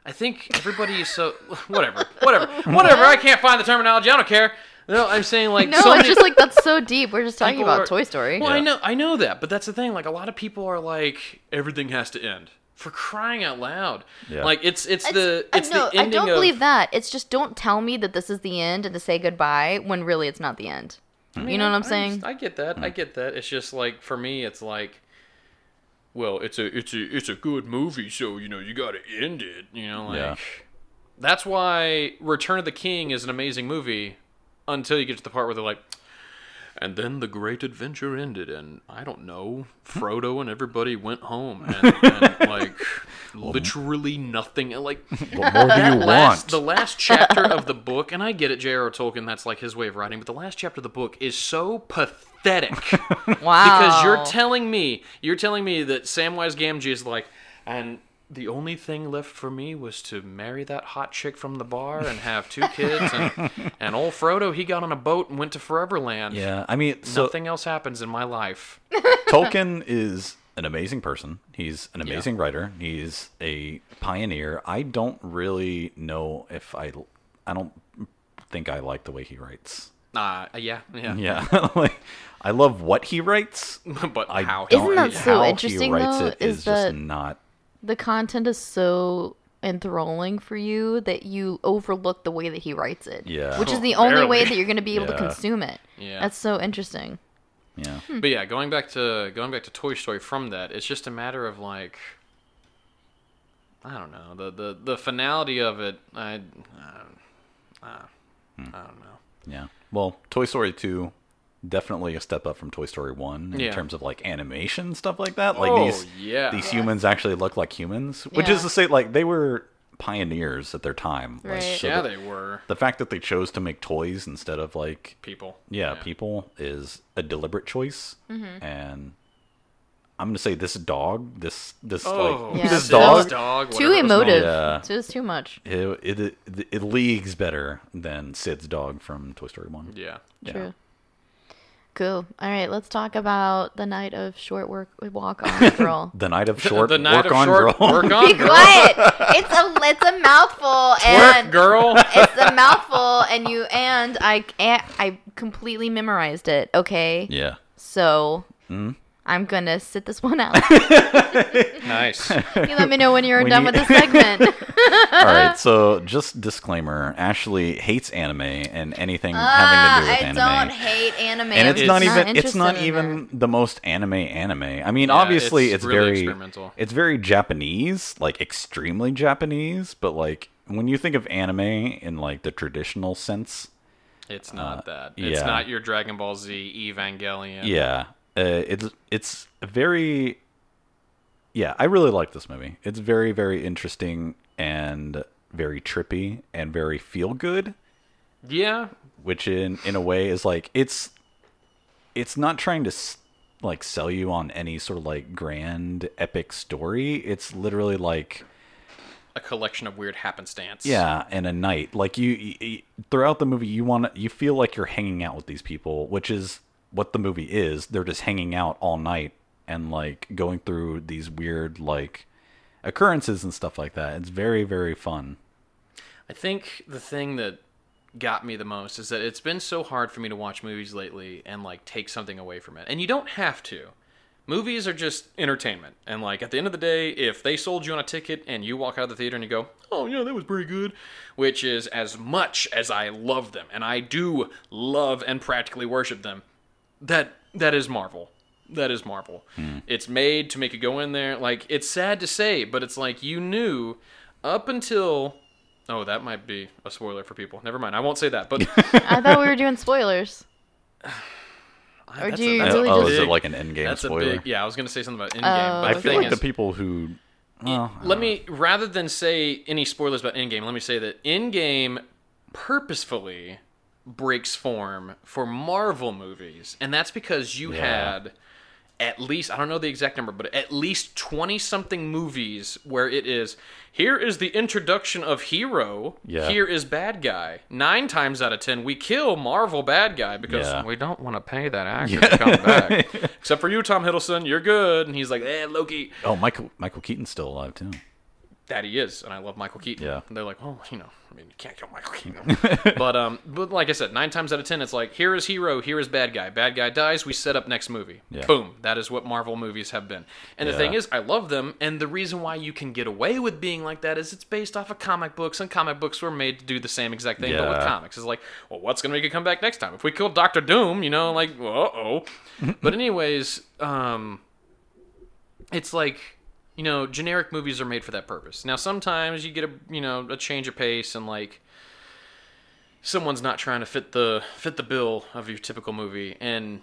Speaker 4: I think everybody is so whatever, whatever, whatever. I can't find the terminology. I don't care. No, I'm saying like
Speaker 3: No,
Speaker 4: so
Speaker 3: it's
Speaker 4: many
Speaker 3: just like that's so deep. We're just talking
Speaker 4: people
Speaker 3: about
Speaker 4: are-
Speaker 3: Toy Story.
Speaker 4: Well, I know, I know that, but that's the thing. Like a lot of people are like, everything has to end for crying out loud.
Speaker 2: Yeah.
Speaker 4: Like it's it's,
Speaker 3: It's-
Speaker 4: the
Speaker 3: uh,
Speaker 4: it's
Speaker 3: no,
Speaker 4: the ending
Speaker 3: I don't
Speaker 4: of,
Speaker 3: believe that. It's just don't tell me that this is the end and to say goodbye when really it's not the end. you know what I'm
Speaker 4: I
Speaker 3: saying?
Speaker 4: just- I get that. I get that. It's just like for me, it's like, well, it's a it's a it's a good movie, so you know you got to end it. You know, like
Speaker 2: Yeah.
Speaker 4: that's why Return of the King is an amazing movie until you get to the part where they're like. And then the great adventure ended, and I don't know, Frodo and everybody went home, and, and like literally nothing. and, Like
Speaker 2: What more do you
Speaker 4: last,
Speaker 2: want?
Speaker 4: the last chapter of the book, and I get it, J.R.R. Tolkien, that's like his way of writing, but the last chapter of the book is so pathetic
Speaker 3: wow.
Speaker 4: because you're telling me, you're telling me that Samwise Gamgee is like, and the only thing left for me was to marry that hot chick from the bar and have two kids, and, and old Frodo, he got on a boat and went to Foreverland.
Speaker 2: yeah, I mean, so
Speaker 4: Nothing else happens in my life.
Speaker 2: Tolkien is an amazing person. He's an amazing writer. He's a pioneer. I don't really know if I. I don't think I like the way he writes.
Speaker 4: Uh, yeah, yeah.
Speaker 2: Yeah, like I love what he writes.
Speaker 4: but
Speaker 2: I
Speaker 4: how?
Speaker 2: don't-
Speaker 3: Isn't that so
Speaker 2: how
Speaker 3: interesting,
Speaker 2: He writes
Speaker 3: though,
Speaker 2: it
Speaker 3: is
Speaker 2: is
Speaker 3: that-
Speaker 2: just not.
Speaker 3: the content is so enthralling for you that you overlook the way that he writes it.
Speaker 2: Yeah. Oh,
Speaker 3: Which is the only way
Speaker 1: Barely.
Speaker 3: that you're going to be able to
Speaker 2: Yeah.
Speaker 3: consume it.
Speaker 4: Yeah.
Speaker 3: That's so interesting.
Speaker 2: Yeah.
Speaker 4: But yeah, going back to going back to Toy Story from that, it's just a matter of like I don't know, the the, the finality of it, I uh, uh, I don't know.
Speaker 2: Yeah. Well, Toy Story 2 definitely a step up from Toy Story 1 in
Speaker 4: Yeah.
Speaker 2: terms of like animation and stuff like that. Like
Speaker 4: Oh,
Speaker 2: these
Speaker 4: yeah.
Speaker 2: these humans actually look like humans, which
Speaker 3: Yeah.
Speaker 2: is to say like they were pioneers at their time. Like,
Speaker 3: Right.
Speaker 2: so
Speaker 4: Yeah,
Speaker 2: the,
Speaker 4: they were
Speaker 2: the fact that they chose to make toys instead of like
Speaker 4: people.
Speaker 2: yeah, people is a deliberate choice
Speaker 4: Mm-hmm.
Speaker 2: and I'm going to say this dog, this this
Speaker 4: Oh,
Speaker 2: like
Speaker 3: Yeah.
Speaker 2: this
Speaker 3: Sid.
Speaker 2: dog
Speaker 4: dog
Speaker 3: Too
Speaker 4: whatever his name-
Speaker 3: emotive.
Speaker 2: Yeah.
Speaker 3: It's just too much.
Speaker 2: it, it, it, it leagues better than Sid's dog from Toy Story 1.
Speaker 4: Yeah.
Speaker 2: Yeah.
Speaker 3: True. Cool. All right, let's talk about the night of short work walk on girl.
Speaker 2: The night of short
Speaker 4: the night
Speaker 2: work
Speaker 4: of
Speaker 2: on
Speaker 4: short
Speaker 2: girl.
Speaker 4: work
Speaker 3: Be
Speaker 4: on girl.
Speaker 3: quiet. It's a it's a mouthful
Speaker 4: Work
Speaker 3: and
Speaker 4: girl.
Speaker 3: it's a mouthful and you and I and I completely memorized it. Okay,
Speaker 2: yeah. Mm-hmm.
Speaker 3: so I'm gonna sit this one out.
Speaker 4: nice.
Speaker 3: You let me know when you're
Speaker 2: When
Speaker 3: done
Speaker 2: you-
Speaker 3: with the segment.
Speaker 2: All right, so just disclaimer: Ashley hates anime and anything having to do with
Speaker 3: Uh, I
Speaker 2: anime.
Speaker 3: don't hate anime,
Speaker 2: and
Speaker 3: I'm
Speaker 2: it's
Speaker 3: just
Speaker 2: not even it's
Speaker 3: interested
Speaker 2: not
Speaker 3: in
Speaker 2: even the most anime anime. I mean,
Speaker 4: Yeah,
Speaker 2: obviously
Speaker 4: it's
Speaker 2: it's,
Speaker 4: really
Speaker 2: very
Speaker 4: experimental.
Speaker 2: it's very Japanese, like extremely Japanese, but like when you think of anime in like the traditional sense,
Speaker 4: It's not that.
Speaker 2: Uh, yeah.
Speaker 4: It's not your Dragon Ball Z Evangelion.
Speaker 2: yeah, uh, it's it's very yeah, I really like this movie. It's very very interesting and very trippy and very feel good.
Speaker 4: Yeah.
Speaker 2: which in in a way is like it's it's not trying to s- like sell you on any sort of like grand epic story it's literally like
Speaker 4: A collection of weird happenstance.
Speaker 2: yeah and a night like you, you- you throughout the movie you want you feel like you're hanging out with these people which is what the movie is they're just hanging out all night and like going through these weird like occurrences and stuff like that it's very very fun
Speaker 4: I think the thing that got me the most is that it's been so hard for me to watch movies lately and like take something away from it. And you don't have to. Movies are just entertainment. And like at the end of the day, if they sold you on a ticket and you walk out of the theater and you go, "Oh, yeah, that was pretty good," which is as much as I love them and I do love and practically worship them, that that is Marvel. That is Marvel. It's made to make you go in there. Like it's sad to say, but it's like you knew up until oh that might be a spoiler for people. Never mind. I won't say that. But
Speaker 3: it. I thought we were doing spoilers.
Speaker 4: That's
Speaker 3: do you
Speaker 4: that's
Speaker 3: really
Speaker 2: oh
Speaker 3: just-
Speaker 2: is
Speaker 4: big-
Speaker 2: it like an end game
Speaker 4: that's
Speaker 2: spoiler
Speaker 4: a big yeah. I was gonna say something about Endgame.
Speaker 3: Oh,
Speaker 4: but
Speaker 2: i
Speaker 4: the
Speaker 2: feel
Speaker 4: thing
Speaker 2: like the
Speaker 4: is-
Speaker 2: people who well,
Speaker 4: let me rather than say any spoilers about Endgame, let me say that Endgame purposefully breaks form for Marvel movies, and that's because you had at least I don't know the exact number, but at least twenty something movies where it is here is the introduction of hero,
Speaker 2: Yeah.
Speaker 4: here is bad guy. Nine times out of ten, we kill Marvel bad guy because
Speaker 2: Yeah.
Speaker 4: we don't want to pay that actor to come back. Except for you, Tom Hiddleston, you're good, and he's like, eh, Loki.
Speaker 2: Oh, Michael Michael Keaton's still alive too.
Speaker 4: that he is, and I love Michael Keaton.
Speaker 2: Yeah.
Speaker 4: And they're like, oh, you know, I mean, you can't kill Michael Keaton. but um, but like I said, nine times out of ten, it's like here is hero, here is bad guy. Bad guy dies, we set up next movie.
Speaker 2: Yeah.
Speaker 4: Boom. That is what Marvel movies have been. And the
Speaker 2: Yeah.
Speaker 4: thing is, I love them, and the reason why you can get away with being like that is it's based off of comic books, and comic books were made to do the same exact thing, but with
Speaker 2: Yeah.
Speaker 4: comics. It's like, well, what's gonna make it come back next time? If we kill Doctor Doom, you know, like, uh oh. but anyways, um it's like you know generic movies are made for that purpose now sometimes you get a you know a change of pace and like someone's not trying to fit the fit the bill of your typical movie and,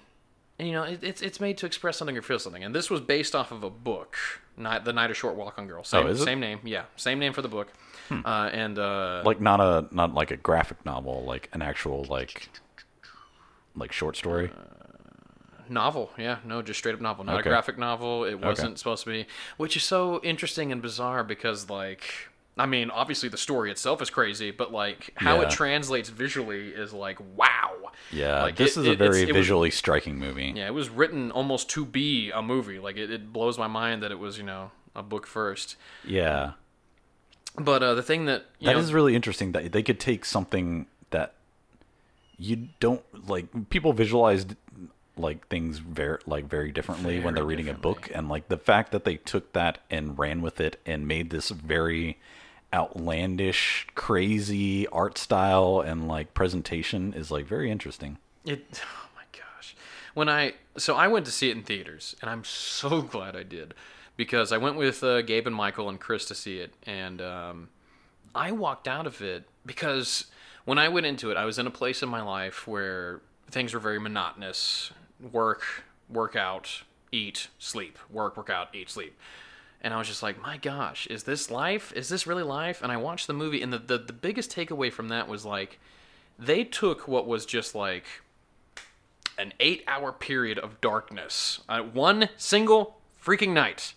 Speaker 4: and you know it, it's it's made to express something or feel something and this was based off of a book not the night of short walk on girl same,
Speaker 2: Oh, is it? Hmm.
Speaker 4: same name yeah same name for the book uh, and uh,
Speaker 2: Like not a not like a graphic novel, like an actual like like short story.
Speaker 4: Uh, novel yeah no just straight up novel not
Speaker 2: Okay.
Speaker 4: a graphic novel it wasn't supposed to be which is so interesting and bizarre because like i mean obviously the story itself is crazy but like
Speaker 2: Yeah.
Speaker 4: how it translates visually is like wow
Speaker 2: yeah,
Speaker 4: Like,
Speaker 2: this
Speaker 4: it-
Speaker 2: is
Speaker 4: it-
Speaker 2: a
Speaker 4: it's-
Speaker 2: very
Speaker 4: it was-
Speaker 2: visually striking movie.
Speaker 4: yeah it was written almost to be a movie like it, it blows my mind that it was you know a book first
Speaker 2: Yeah,
Speaker 4: but uh the thing that you
Speaker 2: that is
Speaker 4: know
Speaker 2: really interesting that they could take something that you don't like. People visualize like things very like very differently when they're reading a book, and like the fact that they took that and ran with it and made this very outlandish, crazy art style and like presentation is like very interesting.
Speaker 4: It. Oh my gosh. When I so I went to see it in theaters, and I'm so glad I did because I went with uh, Gabe and Michael and Chris to see it, and um, I walked out of it because when I went into it, I was in a place in my life where things were very monotonous: work, workout, eat, sleep, work, workout, eat, sleep. And I was just like, my gosh, is this life? Is this really life? And I watched the movie, and the, the, the biggest takeaway from that was like, they took what was just like an eight hour period of darkness, uh, one single freaking night.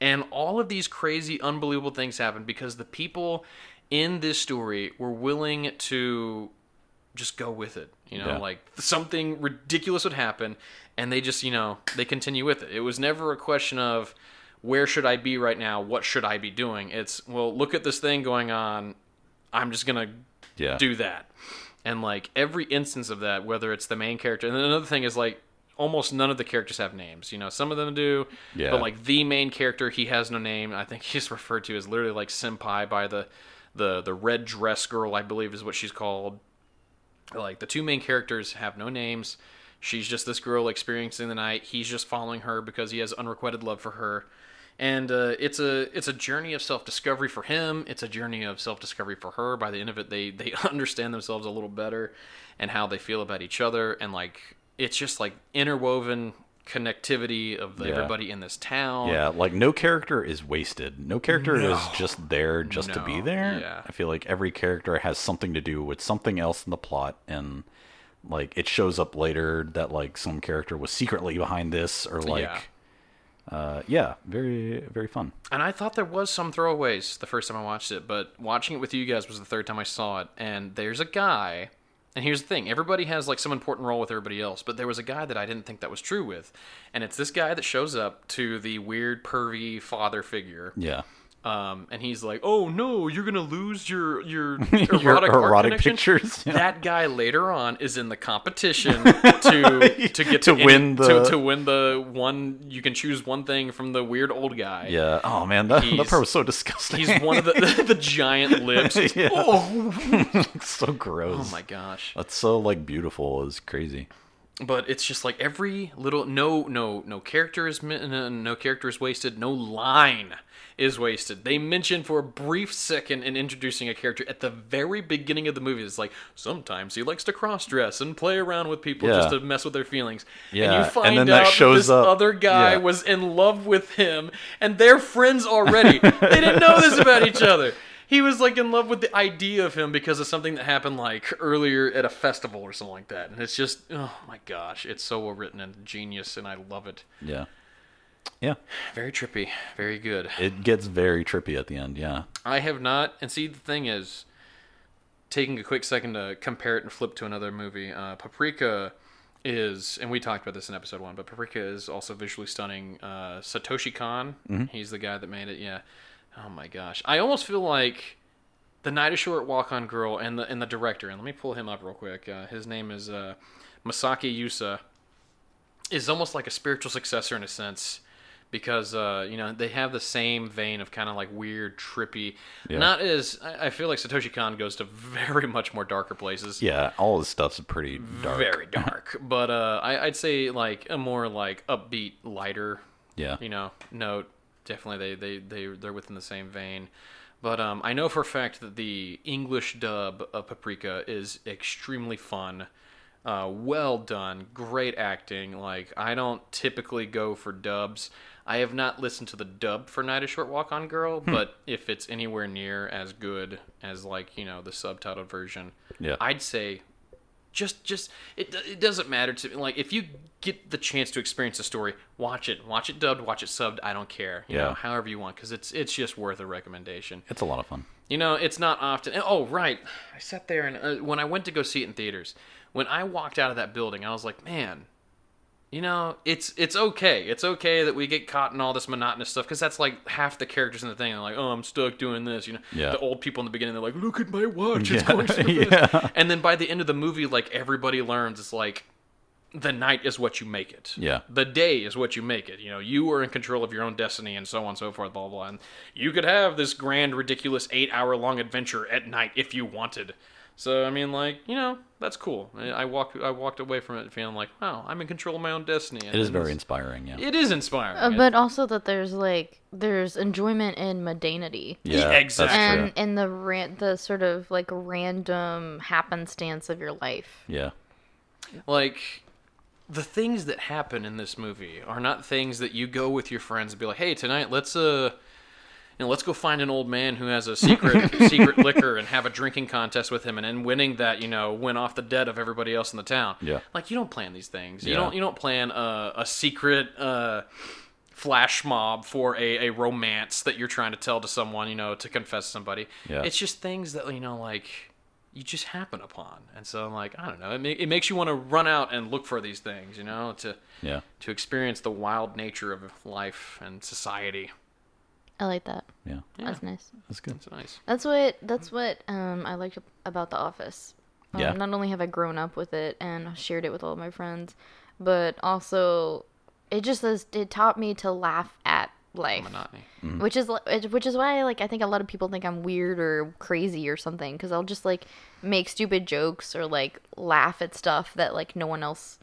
Speaker 4: And all of these crazy, unbelievable things happened because the people in this story were willing to just go with it. You know,
Speaker 2: Yeah.
Speaker 4: like something ridiculous would happen, and they just, you know, they continue with it. It was never a question of where should I be right now? What should I be doing? It's, well, look at this thing going on. I'm just going to
Speaker 2: Yeah.
Speaker 4: do that. And like every instance of that, whether it's the main character, and then another thing is like almost none of the characters have names. You know, some of them do,
Speaker 2: Yeah.
Speaker 4: but like the main character, he has no name. I think he's referred to as literally like senpai by the the the red dress girl, I believe is what she's called. Like the two main characters have no names. She's just this girl experiencing the night. He's just following her because he has unrequited love for her. And uh, it's a it's a journey of self discovery for him. It's a journey of self discovery for her. By the end of it, they they understand themselves a little better and how they feel about each other. And like it's just like interwoven connectivity of the,
Speaker 2: Yeah.
Speaker 4: everybody in this town.
Speaker 2: Yeah, like no character is wasted. No character is just there just to be
Speaker 4: No,
Speaker 2: there.
Speaker 4: yeah.
Speaker 2: I feel like every character has something to do with something else in the plot and like it shows up later that like some character was secretly behind this or like
Speaker 4: Yeah.
Speaker 2: uh yeah, very very fun.
Speaker 4: And I thought there was some throwaways the first time I watched it, but watching it with you guys was the third time I saw it. And there's a guy, and here's the thing: everybody has like some important role with everybody else, but there was a guy that I didn't think that was true with, and it's this guy that shows up to the weird pervy father figure,
Speaker 2: Yeah.
Speaker 4: um, and he's like, "Oh no, you're gonna lose your your erotic,
Speaker 2: Your
Speaker 4: art
Speaker 2: erotic
Speaker 4: connection."
Speaker 2: pictures, yeah.
Speaker 4: That guy later on is in the competition to to get
Speaker 2: To
Speaker 4: to, any-
Speaker 2: win the-
Speaker 4: to, to win the one. You can choose one thing from the weird old guy.
Speaker 2: Yeah. Oh man, that, that
Speaker 4: Eh, He's-
Speaker 2: part was so disgusting.
Speaker 4: He's one of the the, giant lips.
Speaker 2: Yeah.
Speaker 4: Oh,
Speaker 2: so gross.
Speaker 4: oh my gosh!
Speaker 2: That's so like beautiful. It's crazy.
Speaker 4: But it's just like every little no no no character is mi- no, no character is wasted. No line is wasted. They mention for a brief second in introducing a character at the very beginning of the movie. It's like sometimes he likes to cross dress and play around with people
Speaker 2: Yeah.
Speaker 4: just to mess with their feelings.
Speaker 2: Yeah,
Speaker 4: and
Speaker 2: and
Speaker 4: you find
Speaker 2: then that
Speaker 4: out
Speaker 2: shows
Speaker 4: this
Speaker 2: up-
Speaker 4: other guy
Speaker 2: yeah.
Speaker 4: was in love with him, and they're friends already. they didn't know this about each other. He was like in love with the idea of him because of something that happened like earlier at a festival or something like that. And it's just, oh my gosh, it's so well written and genius, and I love it.
Speaker 2: Yeah. Yeah.
Speaker 4: Very trippy, very good.
Speaker 2: It gets very trippy at the end, yeah.
Speaker 4: I have not, and see, the thing is, taking a quick second to compare it and flip to another movie, uh, Paprika is, and we talked about this in episode one, but Paprika is also visually stunning. Uh, Satoshi Khan, he's the guy that made it, yeah. Oh my gosh. I almost feel like the Night of Short Walk on Girl and the, and the director, and let me pull him up real quick. Uh, his name is uh, Masaki Yusa is almost like a spiritual successor in a sense because uh, you know they have the same vein of kind of like weird trippy not as I I feel like satoshi khan goes to very much more darker places
Speaker 2: Yeah, all his stuff's pretty dark.
Speaker 4: very dark but uh, I, i'd say like a more like upbeat lighter
Speaker 2: Yeah.
Speaker 4: you know note definitely they, they, they they're within the same vein but um, i know for a fact that the english dub of paprika is extremely fun uh, well done great acting like i don't typically go for dubs i have not listened to the dub for night of short walk on girl
Speaker 2: Hmm.
Speaker 4: but if it's anywhere near as good as like you know the subtitled version
Speaker 2: Yeah.
Speaker 4: i'd say just just it, do- it doesn't matter to me like if you get the chance to experience a story watch it watch it dubbed watch it subbed i don't care you
Speaker 2: Yeah.
Speaker 4: know however you want because it's it's just worth a recommendation
Speaker 2: It's a lot of fun.
Speaker 4: you know it's not often oh right i sat there and uh, when i went to go see it in theaters when i walked out of that building i was like man you know it's it's okay it's okay that we get caught in all this monotonous stuff because that's like half the characters in the thing are like oh i'm stuck doing this you know
Speaker 2: Yeah.
Speaker 4: the old people in the beginning they're like look at my watch it's
Speaker 2: Yeah.
Speaker 4: going so fast."
Speaker 2: Yeah.
Speaker 4: and then by the end of the movie like everybody learns it's like the night is what you make it.
Speaker 2: Yeah.
Speaker 4: The day is what you make it. You know, you are in control of your own destiny and so on and so forth, blah, blah, blah. And you could have this grand, ridiculous eight hour long adventure at night if you wanted. So, I mean, like, you know, that's cool. I, I walked I walked away from it feeling like, wow, I'm in control of my own destiny.
Speaker 2: It is very inspiring. Yeah.
Speaker 4: It is inspiring.
Speaker 3: Uh, but also that there's like there's enjoyment in mundanity.
Speaker 2: yeah.
Speaker 4: exactly.
Speaker 2: That's true.
Speaker 3: And and the ran- the sort of like random happenstance of your life.
Speaker 2: yeah.
Speaker 4: like the things that happen in this movie are not things that you go with your friends and be like, "Hey, tonight let's uh, you know, let's go find an old man who has a secret secret liquor and have a drinking contest with him, and then winning that, you know, win off the debt of everybody else in the town."
Speaker 2: Yeah.
Speaker 4: like you don't plan these things. You
Speaker 2: Yeah.
Speaker 4: don't you don't plan a, a secret uh flash mob for a, a romance that you're trying to tell to someone, you know, to confess to somebody.
Speaker 2: Yeah.
Speaker 4: It's just things that, you know, like you just happen upon. And so I'm like, I don't know. It, ma- it makes you want to run out and look for these things, you know, to
Speaker 2: Yeah.
Speaker 4: to experience the wild nature of life and society.
Speaker 3: I like that.
Speaker 2: Yeah.
Speaker 3: That's nice.
Speaker 2: That's good.
Speaker 4: It's nice.
Speaker 3: That's what that's what um I liked about The Office. Um,
Speaker 2: Yeah.
Speaker 3: Not only have I grown up with it and shared it with all my friends, but also it just is, it taught me to laugh at life,
Speaker 4: Monotony.
Speaker 2: Mm.
Speaker 3: which is li- it- which is why like I think a lot of people think I'm weird or crazy or something because I'll just like make stupid jokes or like laugh at stuff that like no one else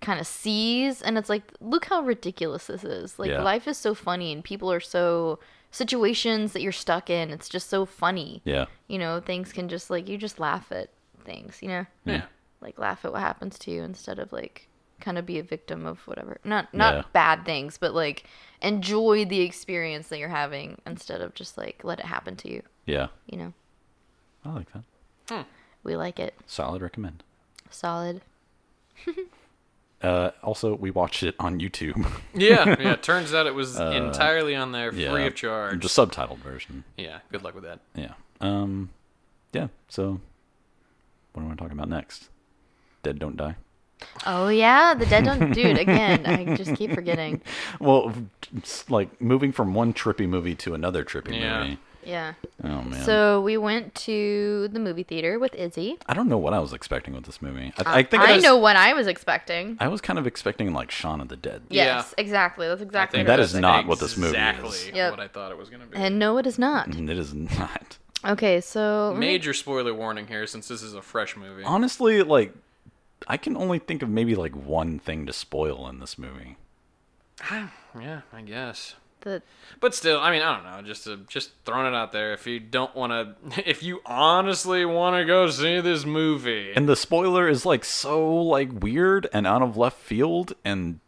Speaker 3: kind of sees and it's like look how ridiculous this is like
Speaker 2: Yeah.
Speaker 3: life is so funny and people are so situations that you're stuck in it's just so funny
Speaker 2: Yeah.
Speaker 3: you know things can just like you just laugh at things you know
Speaker 4: Yeah.
Speaker 3: like laugh at what happens to you instead of like kind of be a victim of whatever not not
Speaker 2: Yeah.
Speaker 3: bad things but like enjoy the experience that you're having instead of just like let it happen to you
Speaker 2: Yeah.
Speaker 3: you know
Speaker 2: I like that.
Speaker 3: we like it
Speaker 2: Solid recommend.
Speaker 3: solid
Speaker 2: Uh, also, we watched it on YouTube.
Speaker 4: Yeah, yeah. Turns out it was entirely on there, free
Speaker 2: Uh, yeah.
Speaker 4: of charge.
Speaker 2: The subtitled version.
Speaker 4: Yeah. Good luck with that.
Speaker 2: Yeah. Um, yeah. So, what am I talking about next? Dead Don't Die.
Speaker 3: oh yeah the dead don't dude again i just keep forgetting
Speaker 2: Well, it's like moving from one trippy movie to another trippy
Speaker 4: Yeah.
Speaker 2: movie.
Speaker 3: yeah
Speaker 2: Oh man.
Speaker 3: so we went to the movie theater with izzy
Speaker 2: I don't know what I was expecting with this movie.
Speaker 4: Uh,
Speaker 2: I, I think
Speaker 3: i
Speaker 2: was,
Speaker 3: know what i was expecting
Speaker 2: I was kind of expecting like Shaun of the Dead.
Speaker 4: Yeah.
Speaker 3: yes exactly that's exactly
Speaker 2: think
Speaker 3: what
Speaker 2: that
Speaker 3: I
Speaker 2: is
Speaker 3: was thinking.
Speaker 2: not what this movie
Speaker 4: exactly
Speaker 2: is.
Speaker 4: Exactly
Speaker 3: Yep.
Speaker 4: what I thought it was going to be.
Speaker 3: and no it is not
Speaker 2: And it is not.
Speaker 3: okay so let me
Speaker 4: Major spoiler warning here, since this is a fresh movie.
Speaker 2: Honestly, like I can only think of maybe like one thing to spoil in this movie.
Speaker 4: Yeah, I guess.
Speaker 3: The,
Speaker 4: But still, I mean, I don't know. Just to, just throwing it out there. If you don't want to, if you honestly want to go see this movie,
Speaker 2: And the spoiler is like so like weird and out of left field and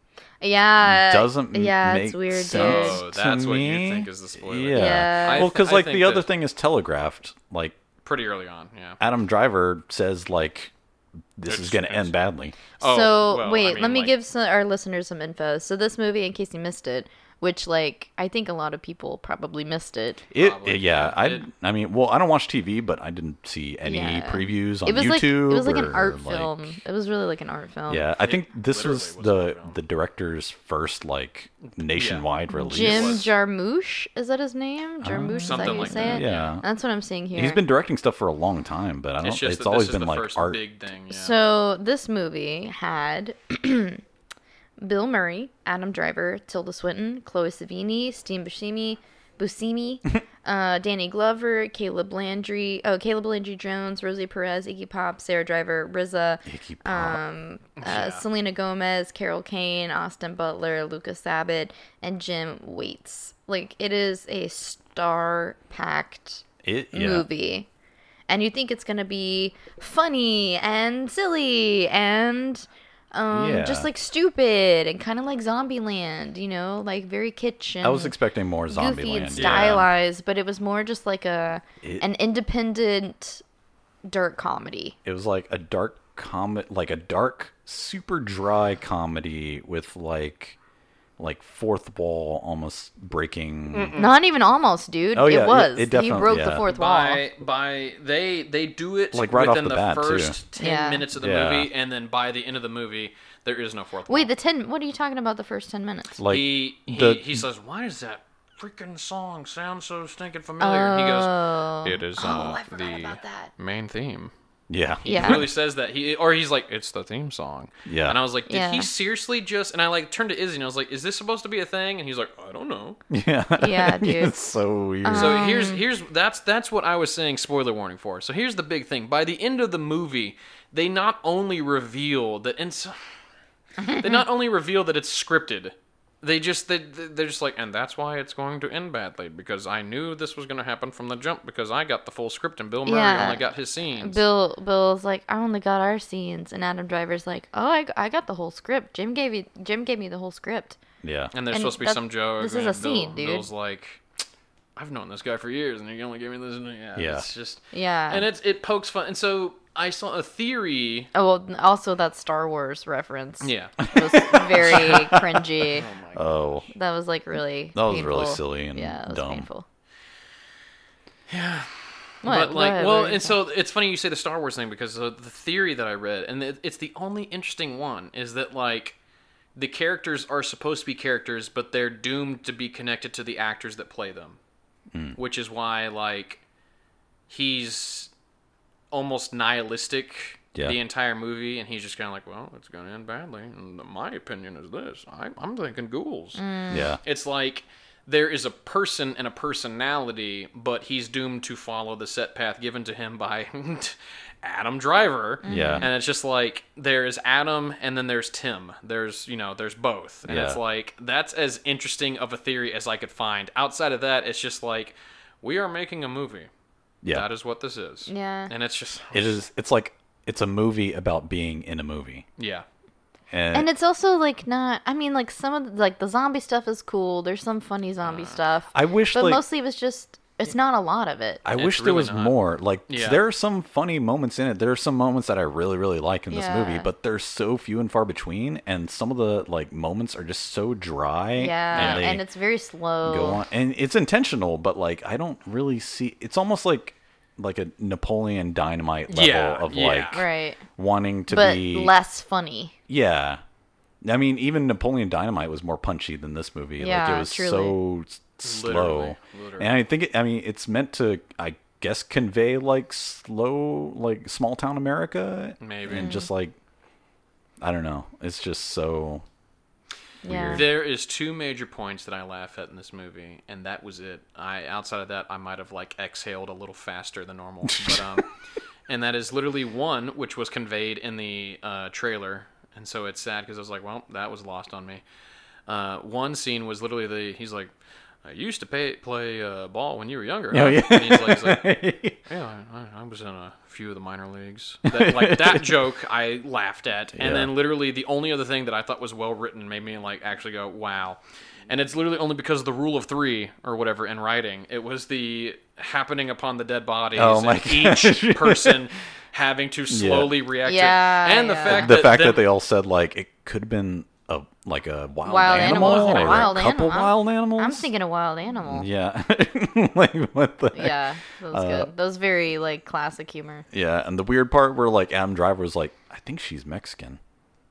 Speaker 3: yeah.
Speaker 2: doesn't m-
Speaker 3: yeah,
Speaker 2: make
Speaker 3: it's weird,
Speaker 2: sense.
Speaker 3: dude.
Speaker 4: oh, that's
Speaker 2: to
Speaker 4: what you
Speaker 2: me?
Speaker 4: think is the spoiler.
Speaker 2: yeah.
Speaker 3: Yeah. I
Speaker 2: Well, because
Speaker 4: th- I
Speaker 2: like
Speaker 4: think
Speaker 2: the other
Speaker 4: that-
Speaker 2: thing is telegraphed. Like
Speaker 4: pretty early on. Yeah,
Speaker 2: Adam Driver says like this
Speaker 4: It's-
Speaker 2: is going to
Speaker 4: it's-
Speaker 2: end badly.
Speaker 4: Oh,
Speaker 3: so
Speaker 4: well, I
Speaker 3: wait,
Speaker 4: mean,
Speaker 3: let me
Speaker 4: like-
Speaker 3: give some, our listeners some info. So this movie, in case you missed it, which like I think a lot of people probably missed it.
Speaker 2: It,
Speaker 4: Probably,
Speaker 2: yeah,
Speaker 4: yeah.
Speaker 2: I
Speaker 4: It-
Speaker 2: I mean, well, I don't watch TV, but I didn't see any
Speaker 3: Yeah.
Speaker 2: previews on
Speaker 3: It was
Speaker 2: YouTube.
Speaker 3: like it was like an
Speaker 2: or,
Speaker 3: art
Speaker 2: like-
Speaker 3: film. It was really like an art film.
Speaker 2: Yeah, I think this
Speaker 4: Um, literally
Speaker 2: was,
Speaker 4: was an
Speaker 2: the
Speaker 4: art film.
Speaker 2: the director's first like nationwide release.
Speaker 3: Jim
Speaker 4: was.
Speaker 3: Jarmusch is that his name? Jarmusch is that
Speaker 4: Something
Speaker 3: how you
Speaker 4: like
Speaker 3: say
Speaker 4: that,
Speaker 3: it?
Speaker 2: yeah.
Speaker 3: that's what I'm seeing here.
Speaker 2: He's been directing stuff for a long time, but I don't.
Speaker 4: it's
Speaker 2: It's,
Speaker 4: just that
Speaker 2: always
Speaker 4: this is
Speaker 2: been
Speaker 4: the
Speaker 2: like
Speaker 4: first
Speaker 2: art.
Speaker 4: big thing. Yeah.
Speaker 3: So this movie had Bill Murray, Adam Driver, Tilda Swinton, Chloe Savini, Steve Buscemi, Buscemi, uh, Danny Glover, Caleb Landry, oh Caleb Landry Jones, Rosie Perez, Iggy Pop, Sarah Driver, RZA,
Speaker 2: Iggy Pop.
Speaker 3: uh, Selena Gomez, Carol Kane, Austin Butler, Lucas Sabat, and Jim Waits. Like it is a star-packed
Speaker 2: it, yeah.
Speaker 3: movie. And you think it's going to be funny and silly and um,
Speaker 2: Yeah.
Speaker 3: just like stupid and kind of like Zombieland, you know, like very kitsch and
Speaker 2: I was expecting more zombie
Speaker 3: goofy and
Speaker 2: land.
Speaker 3: stylized, but it was more just like a
Speaker 2: It-
Speaker 3: an independent dirt comedy.
Speaker 2: It was like a dark comet, like a dark, super dry comedy with like like fourth wall almost breaking.
Speaker 3: Not even almost, dude.
Speaker 2: Oh, yeah,
Speaker 3: it
Speaker 2: it-
Speaker 3: was.
Speaker 2: it definitely-
Speaker 3: he broke the
Speaker 2: yeah.
Speaker 3: fourth wall.
Speaker 4: by by they they do it
Speaker 2: Like, right off
Speaker 4: within
Speaker 2: the bat, too.
Speaker 4: first ten
Speaker 3: Yeah.
Speaker 4: minutes of the
Speaker 2: Yeah.
Speaker 4: movie, and then by the end of the movie, there is no fourth.
Speaker 3: Wait, the 10 What are you talking about the first 10 minutes?
Speaker 2: Like
Speaker 4: he he,
Speaker 2: the-
Speaker 4: he says, "Why does that freaking song
Speaker 3: Oh.
Speaker 4: sound so stinking familiar?" And he goes, "It is uh,
Speaker 3: I forgot
Speaker 4: the
Speaker 3: about that.
Speaker 4: main theme
Speaker 2: Yeah.
Speaker 4: He
Speaker 3: Yeah.
Speaker 4: really says that he or he's like it's the theme song.
Speaker 2: Yeah.
Speaker 4: And I was like, did
Speaker 3: Yeah.
Speaker 4: he seriously just? And I like turned to Izzy and I was like, is this supposed to be a thing? And he's like, I don't know.
Speaker 2: Yeah.
Speaker 3: Yeah, dude. Uh-huh.
Speaker 2: it's so weird.
Speaker 4: So
Speaker 3: Um.
Speaker 4: here's here's that's that's what I was saying spoiler warning for. So here's the big thing. By the end of the movie, they not only reveal that and so, they not only reveal that it's scripted. They just they they're just like and that's why it's going to end badly because I knew this was going to happen from the jump because I got the full script and Bill Murray
Speaker 3: Yeah.
Speaker 4: only got his scenes.
Speaker 3: Bill Bill's like, I only got our scenes, and Adam Driver's like, Oh, I, I got the whole script. Jim gave you Jim gave me the whole script.
Speaker 2: yeah.
Speaker 4: and there's
Speaker 3: and
Speaker 4: supposed to be
Speaker 3: that-
Speaker 4: some joke.
Speaker 3: this is
Speaker 4: and
Speaker 3: a scene, dude.
Speaker 4: Bill's like, I've known this guy for years, and he only gave me this. And yeah,
Speaker 2: Yeah.
Speaker 4: it's just
Speaker 3: Yeah.
Speaker 4: and it's it pokes fun. And so I saw a theory.
Speaker 3: oh, well, and also that Star Wars reference.
Speaker 4: Yeah,
Speaker 3: was very cringy.
Speaker 2: Oh.
Speaker 3: That was like really.
Speaker 2: That was really
Speaker 3: painful.
Speaker 2: silly and
Speaker 3: yeah, it was
Speaker 2: dumb.
Speaker 3: painful. Yeah.
Speaker 4: but like, well, and so it's funny you say the Star Wars thing because the, the theory that I read, and it, it's the only interesting one, is that like the characters are supposed to be characters, but they're doomed to be connected to the actors that play them, which is why like he's almost nihilistic.
Speaker 2: Yeah.
Speaker 4: The entire movie, and he's just kind of like, "Well, it's going to end badly." And my opinion is this: I, I'm thinking ghouls.
Speaker 3: Mm.
Speaker 2: Yeah.
Speaker 4: It's like there is a person and a personality, but he's doomed to follow the set path given to him by Adam Driver.
Speaker 2: Yeah.
Speaker 4: And it's just like there's Adam and then there's Tim. There's, you know, there's both. And it's
Speaker 2: Yeah.
Speaker 4: like that's as interesting of a theory as I could find. Outside of that, it's just like we are making a movie.
Speaker 2: Yeah.
Speaker 4: That is what this is.
Speaker 3: Yeah.
Speaker 4: And it's just
Speaker 2: It is it's like it's a movie about being in a movie.
Speaker 4: yeah.
Speaker 2: And,
Speaker 3: And it's also like not. I mean, like some of the, like the zombie stuff is cool. There's some funny zombie stuff.
Speaker 2: Uh, I wish,
Speaker 3: but
Speaker 2: like-
Speaker 3: mostly it was just. It's not a lot of it.
Speaker 2: I wish there
Speaker 4: really
Speaker 2: was
Speaker 4: not.
Speaker 2: more. Like
Speaker 4: Yeah.
Speaker 2: there are some funny moments in it. There are some moments that I really really like in this movie,
Speaker 3: Yeah.
Speaker 2: but they're so few and far between and some of the like moments are just so dry.
Speaker 3: yeah,
Speaker 2: and, they
Speaker 3: and it's very slow.
Speaker 2: go on and it's intentional, but like I don't really see it's almost like like a Napoleon Dynamite level
Speaker 4: Yeah,
Speaker 2: of
Speaker 4: yeah.
Speaker 2: like
Speaker 3: Right,
Speaker 2: wanting to
Speaker 3: but
Speaker 2: be
Speaker 3: less funny.
Speaker 2: Yeah. I mean, even Napoleon Dynamite was more punchy than this movie. like
Speaker 3: Yeah,
Speaker 2: it was
Speaker 3: truly.
Speaker 2: so s- slow.
Speaker 4: Literally, literally.
Speaker 2: And I think it, I mean, it's meant to I guess convey like slow like small town America
Speaker 4: Maybe.
Speaker 3: Mm-hmm.
Speaker 2: and just like I don't know. It's just so
Speaker 3: Yeah,
Speaker 4: There is two major points that I laugh at in this movie, and that was it. I outside of that, I might have like exhaled a little faster than normal, but um, and that is literally one which was conveyed in the uh, trailer, and so it's sad because I was like, well, that was lost on me. Uh, one scene was literally the he's like, I used to pay, play uh, ball when you were younger. huh?"
Speaker 2: Oh, yeah.
Speaker 4: And he's like- he's like, yeah, I, I- I was in a few of the minor leagues. That, like that joke, I laughed at, and
Speaker 2: Yeah.
Speaker 4: then literally the only other thing that I thought was well written made me like actually go wow. And it's literally only because of the rule of three or whatever in writing. It was the happening upon the dead bodies
Speaker 2: Oh, my
Speaker 4: and each person having to slowly react.
Speaker 3: Yeah,
Speaker 4: to it. and the
Speaker 3: yeah.
Speaker 4: fact
Speaker 2: the
Speaker 4: that,
Speaker 2: fact
Speaker 4: then-
Speaker 2: that they all said like it could have been a like a wild,
Speaker 3: wild
Speaker 2: animal
Speaker 3: animals and a
Speaker 2: or
Speaker 3: wild
Speaker 2: a couple
Speaker 3: animal. I'm-
Speaker 2: wild animals.
Speaker 3: I'm thinking a wild animal.
Speaker 2: yeah, like what the heck?
Speaker 3: Yeah, that was good. That was very like classic humor.
Speaker 2: Yeah, and the weird part where like Adam Driver was like, I think she's Mexican.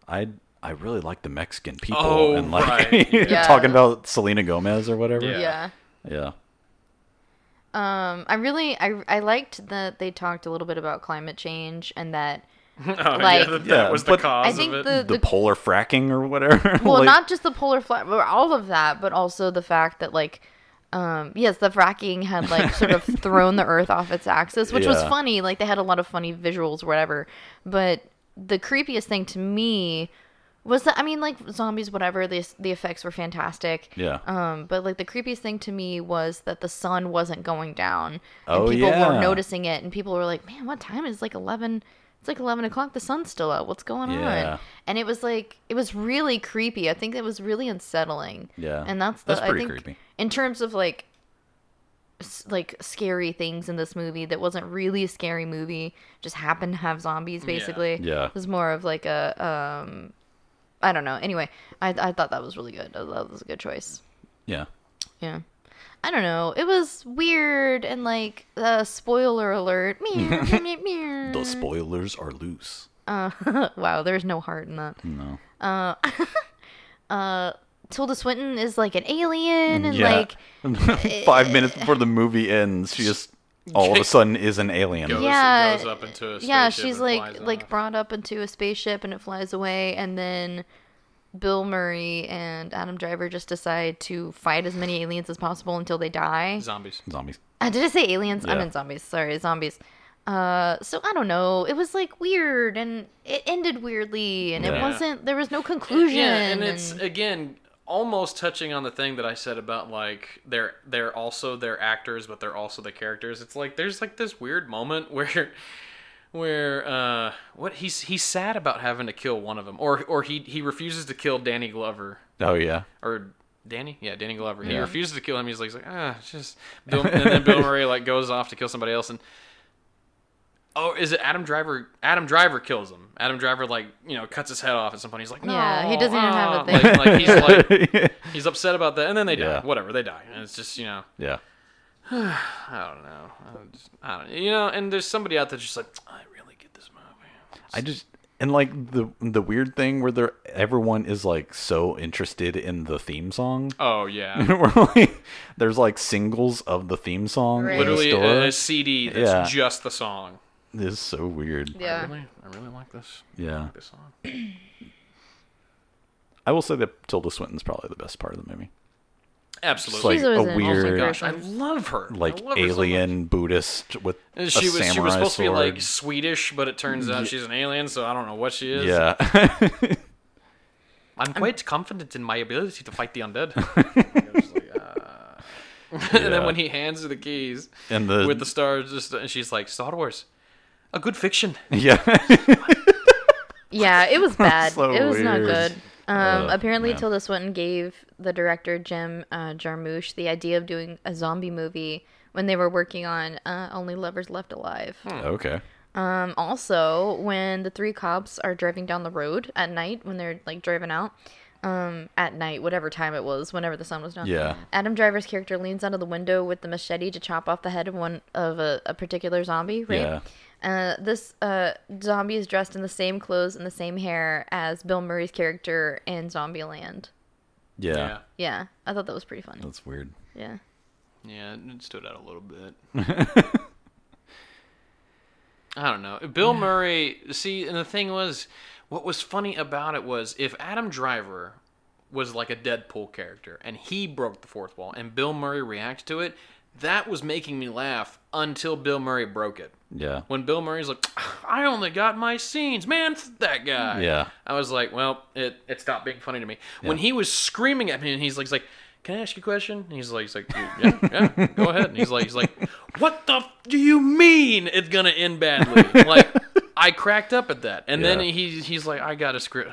Speaker 2: I I really like the Mexican people
Speaker 4: Oh,
Speaker 2: and like
Speaker 4: right.
Speaker 3: Yeah.
Speaker 2: talking about Selena Gomez or whatever.
Speaker 4: Yeah.
Speaker 3: Yeah.
Speaker 2: Yeah.
Speaker 3: Um, I really I I liked that they talked a little bit about climate change and that
Speaker 4: Oh, yeah,
Speaker 3: like-
Speaker 4: that, that
Speaker 2: Yeah,
Speaker 4: was the
Speaker 2: but- I
Speaker 4: cause
Speaker 3: I think
Speaker 4: of it.
Speaker 3: the,
Speaker 2: The
Speaker 3: the
Speaker 2: polar fracking or whatever.
Speaker 3: well
Speaker 2: like,
Speaker 3: not just the polar flat but all of that but also the fact that like um yes the fracking had like sort of thrown the earth off its axis which was
Speaker 2: Yeah.
Speaker 3: funny like they had a lot of funny visuals or whatever but the creepiest thing to me was that I mean like zombies whatever the the effects were fantastic
Speaker 2: Yeah.
Speaker 3: um but like the creepiest thing to me was that the sun wasn't going down and
Speaker 2: Oh,
Speaker 3: people
Speaker 2: yeah.
Speaker 3: were noticing it and people were like man what time is it? like 11 it's like 11 o'clock the sun's still out what's going
Speaker 2: Yeah.
Speaker 3: on and it was like it was really creepy i think it was really unsettling
Speaker 2: Yeah.
Speaker 3: and that's the
Speaker 2: That's
Speaker 3: i
Speaker 2: pretty
Speaker 3: think
Speaker 2: creepy.
Speaker 3: in terms of like s- like scary things in this movie that wasn't really a scary movie just happened to have zombies basically
Speaker 2: Yeah.
Speaker 3: it was more of like a um i don't know anyway i, I thought that was really good I- that was a good choice
Speaker 2: yeah.
Speaker 3: yeah I don't know. It was weird and like uh, spoiler alert. Meow, meow, meow.
Speaker 2: The spoilers are loose.
Speaker 3: wow, there's no heart in that. No. Uh, uh, Tilda Swinton is like eh, an alien, and
Speaker 2: Yeah.
Speaker 3: like
Speaker 2: Five minutes before the movie ends, she just all of a sudden is an alien.
Speaker 4: Goes,
Speaker 3: Yeah,
Speaker 4: goes up into a
Speaker 3: yeah,
Speaker 4: spaceship
Speaker 3: she's
Speaker 4: and
Speaker 3: like
Speaker 4: flies
Speaker 3: like
Speaker 4: off.
Speaker 3: brought up into a spaceship and it flies away, and then Bill Murray and Adam Driver just decide to fight as many aliens as possible until they die.
Speaker 4: zombies.
Speaker 2: Zombies.
Speaker 3: Uh, did I say aliens? I
Speaker 2: Yeah.
Speaker 3: meant zombies. Sorry, zombies. Uh, so I don't know. It was like weird, and it ended weirdly, and it
Speaker 2: Yeah.
Speaker 3: wasn't. There was no conclusion.
Speaker 4: Yeah, and it's again almost touching on the thing that I said about like they're they're also their actors, but they're also the characters. It's like there's like this weird moment where where uh what he's he's sad about having to kill one of them, or or he he refuses to kill Danny Glover
Speaker 2: Oh yeah.
Speaker 4: or. Danny, yeah, Danny Glover. He refuses to kill him. He's like, he's like, ah, it's just. Bill, and then Bill Murray like goes off to kill somebody else, and oh, is it Adam Driver? Adam Driver kills him. Adam Driver like you know cuts his head off at some point. He's like, no,
Speaker 3: Yeah, he doesn't even have a
Speaker 4: ah."
Speaker 3: thing.
Speaker 4: Like, like, he's like, he's upset about that, and then they
Speaker 2: Yeah.
Speaker 4: die. Whatever, they die, and it's just you know,
Speaker 2: yeah.
Speaker 4: I don't know, I, just, I don't, you know. And there's somebody out there just like, I really get this movie.
Speaker 2: I just and like the the weird thing where they're everyone is like so interested in the theme song.
Speaker 4: Oh yeah,
Speaker 2: We're like, there's like singles of the theme song. in the
Speaker 4: literally
Speaker 2: store.
Speaker 4: a, a CD that's
Speaker 2: Yeah.
Speaker 4: just the song.
Speaker 2: This is so weird. Yeah.
Speaker 3: yeah.
Speaker 4: Really, I really like this. This song.
Speaker 2: I will say that Tilda Swinton's probably the best part of the movie. It's
Speaker 4: Absolutely.
Speaker 2: like
Speaker 3: She's
Speaker 2: a
Speaker 3: always in-
Speaker 4: oh my
Speaker 2: weird,
Speaker 4: gosh, I love her. I
Speaker 2: like
Speaker 4: love her so
Speaker 2: alien Buddhist with
Speaker 4: much.
Speaker 2: a
Speaker 4: she was she
Speaker 2: samurai
Speaker 4: was supposed
Speaker 2: sword.
Speaker 4: to be like Swedish, but it turns out she's an alien, so I don't know what she is.
Speaker 2: yeah.
Speaker 4: I'm quite confident in my ability to fight the undead. I was like, uh. and then
Speaker 2: Yeah.
Speaker 4: when he hands her the keys
Speaker 2: and the,
Speaker 4: with the stars, just and she's like Star Wars, a good fiction.
Speaker 2: yeah
Speaker 3: Yeah, it was bad.
Speaker 2: So
Speaker 3: it was not
Speaker 2: weird.
Speaker 3: good. Um,
Speaker 2: Ugh,
Speaker 3: apparently,
Speaker 2: man.
Speaker 3: Tilda Swinton gave the director Jim uh, Jarmusch the idea of doing a zombie movie when they were working on uh, Only Lovers Left Alive.
Speaker 2: okay
Speaker 3: Um, also, when the three cops are driving down the road at night, when they're like driving out, um, at night, whatever time it was, whenever the sun was down,
Speaker 2: Yeah.
Speaker 3: Adam Driver's character leans out of the window with the machete to chop off the head of one of a, a particular zombie, right?
Speaker 2: yeah
Speaker 3: Uh, this uh, zombie is dressed in the same clothes and the same hair as Bill Murray's character in Zombieland.
Speaker 2: yeah
Speaker 4: Yeah,
Speaker 3: Yeah, I thought that was pretty funny.
Speaker 2: that's weird
Speaker 3: Yeah.
Speaker 4: yeah, it stood out a little bit. I don't know. Bill Murray. See, and the thing was, what was funny about it was if Adam Driver was like a Deadpool character and he broke the fourth wall and Bill Murray reacted to it, that was making me laugh until Bill Murray broke it.
Speaker 2: yeah
Speaker 4: When Bill Murray's like, I only got my scenes, man, f- that guy.
Speaker 2: Yeah.
Speaker 4: I was like, well, it, it stopped being funny to me. When he was screaming at me and he's like, he's like can I ask you a question? And he's like, he's like, yeah, yeah, go ahead. And he's like, he's like, what the f- do you mean it's gonna end badly? Like, I cracked up at that. And then
Speaker 2: Yeah.
Speaker 4: he he's like, I got a script.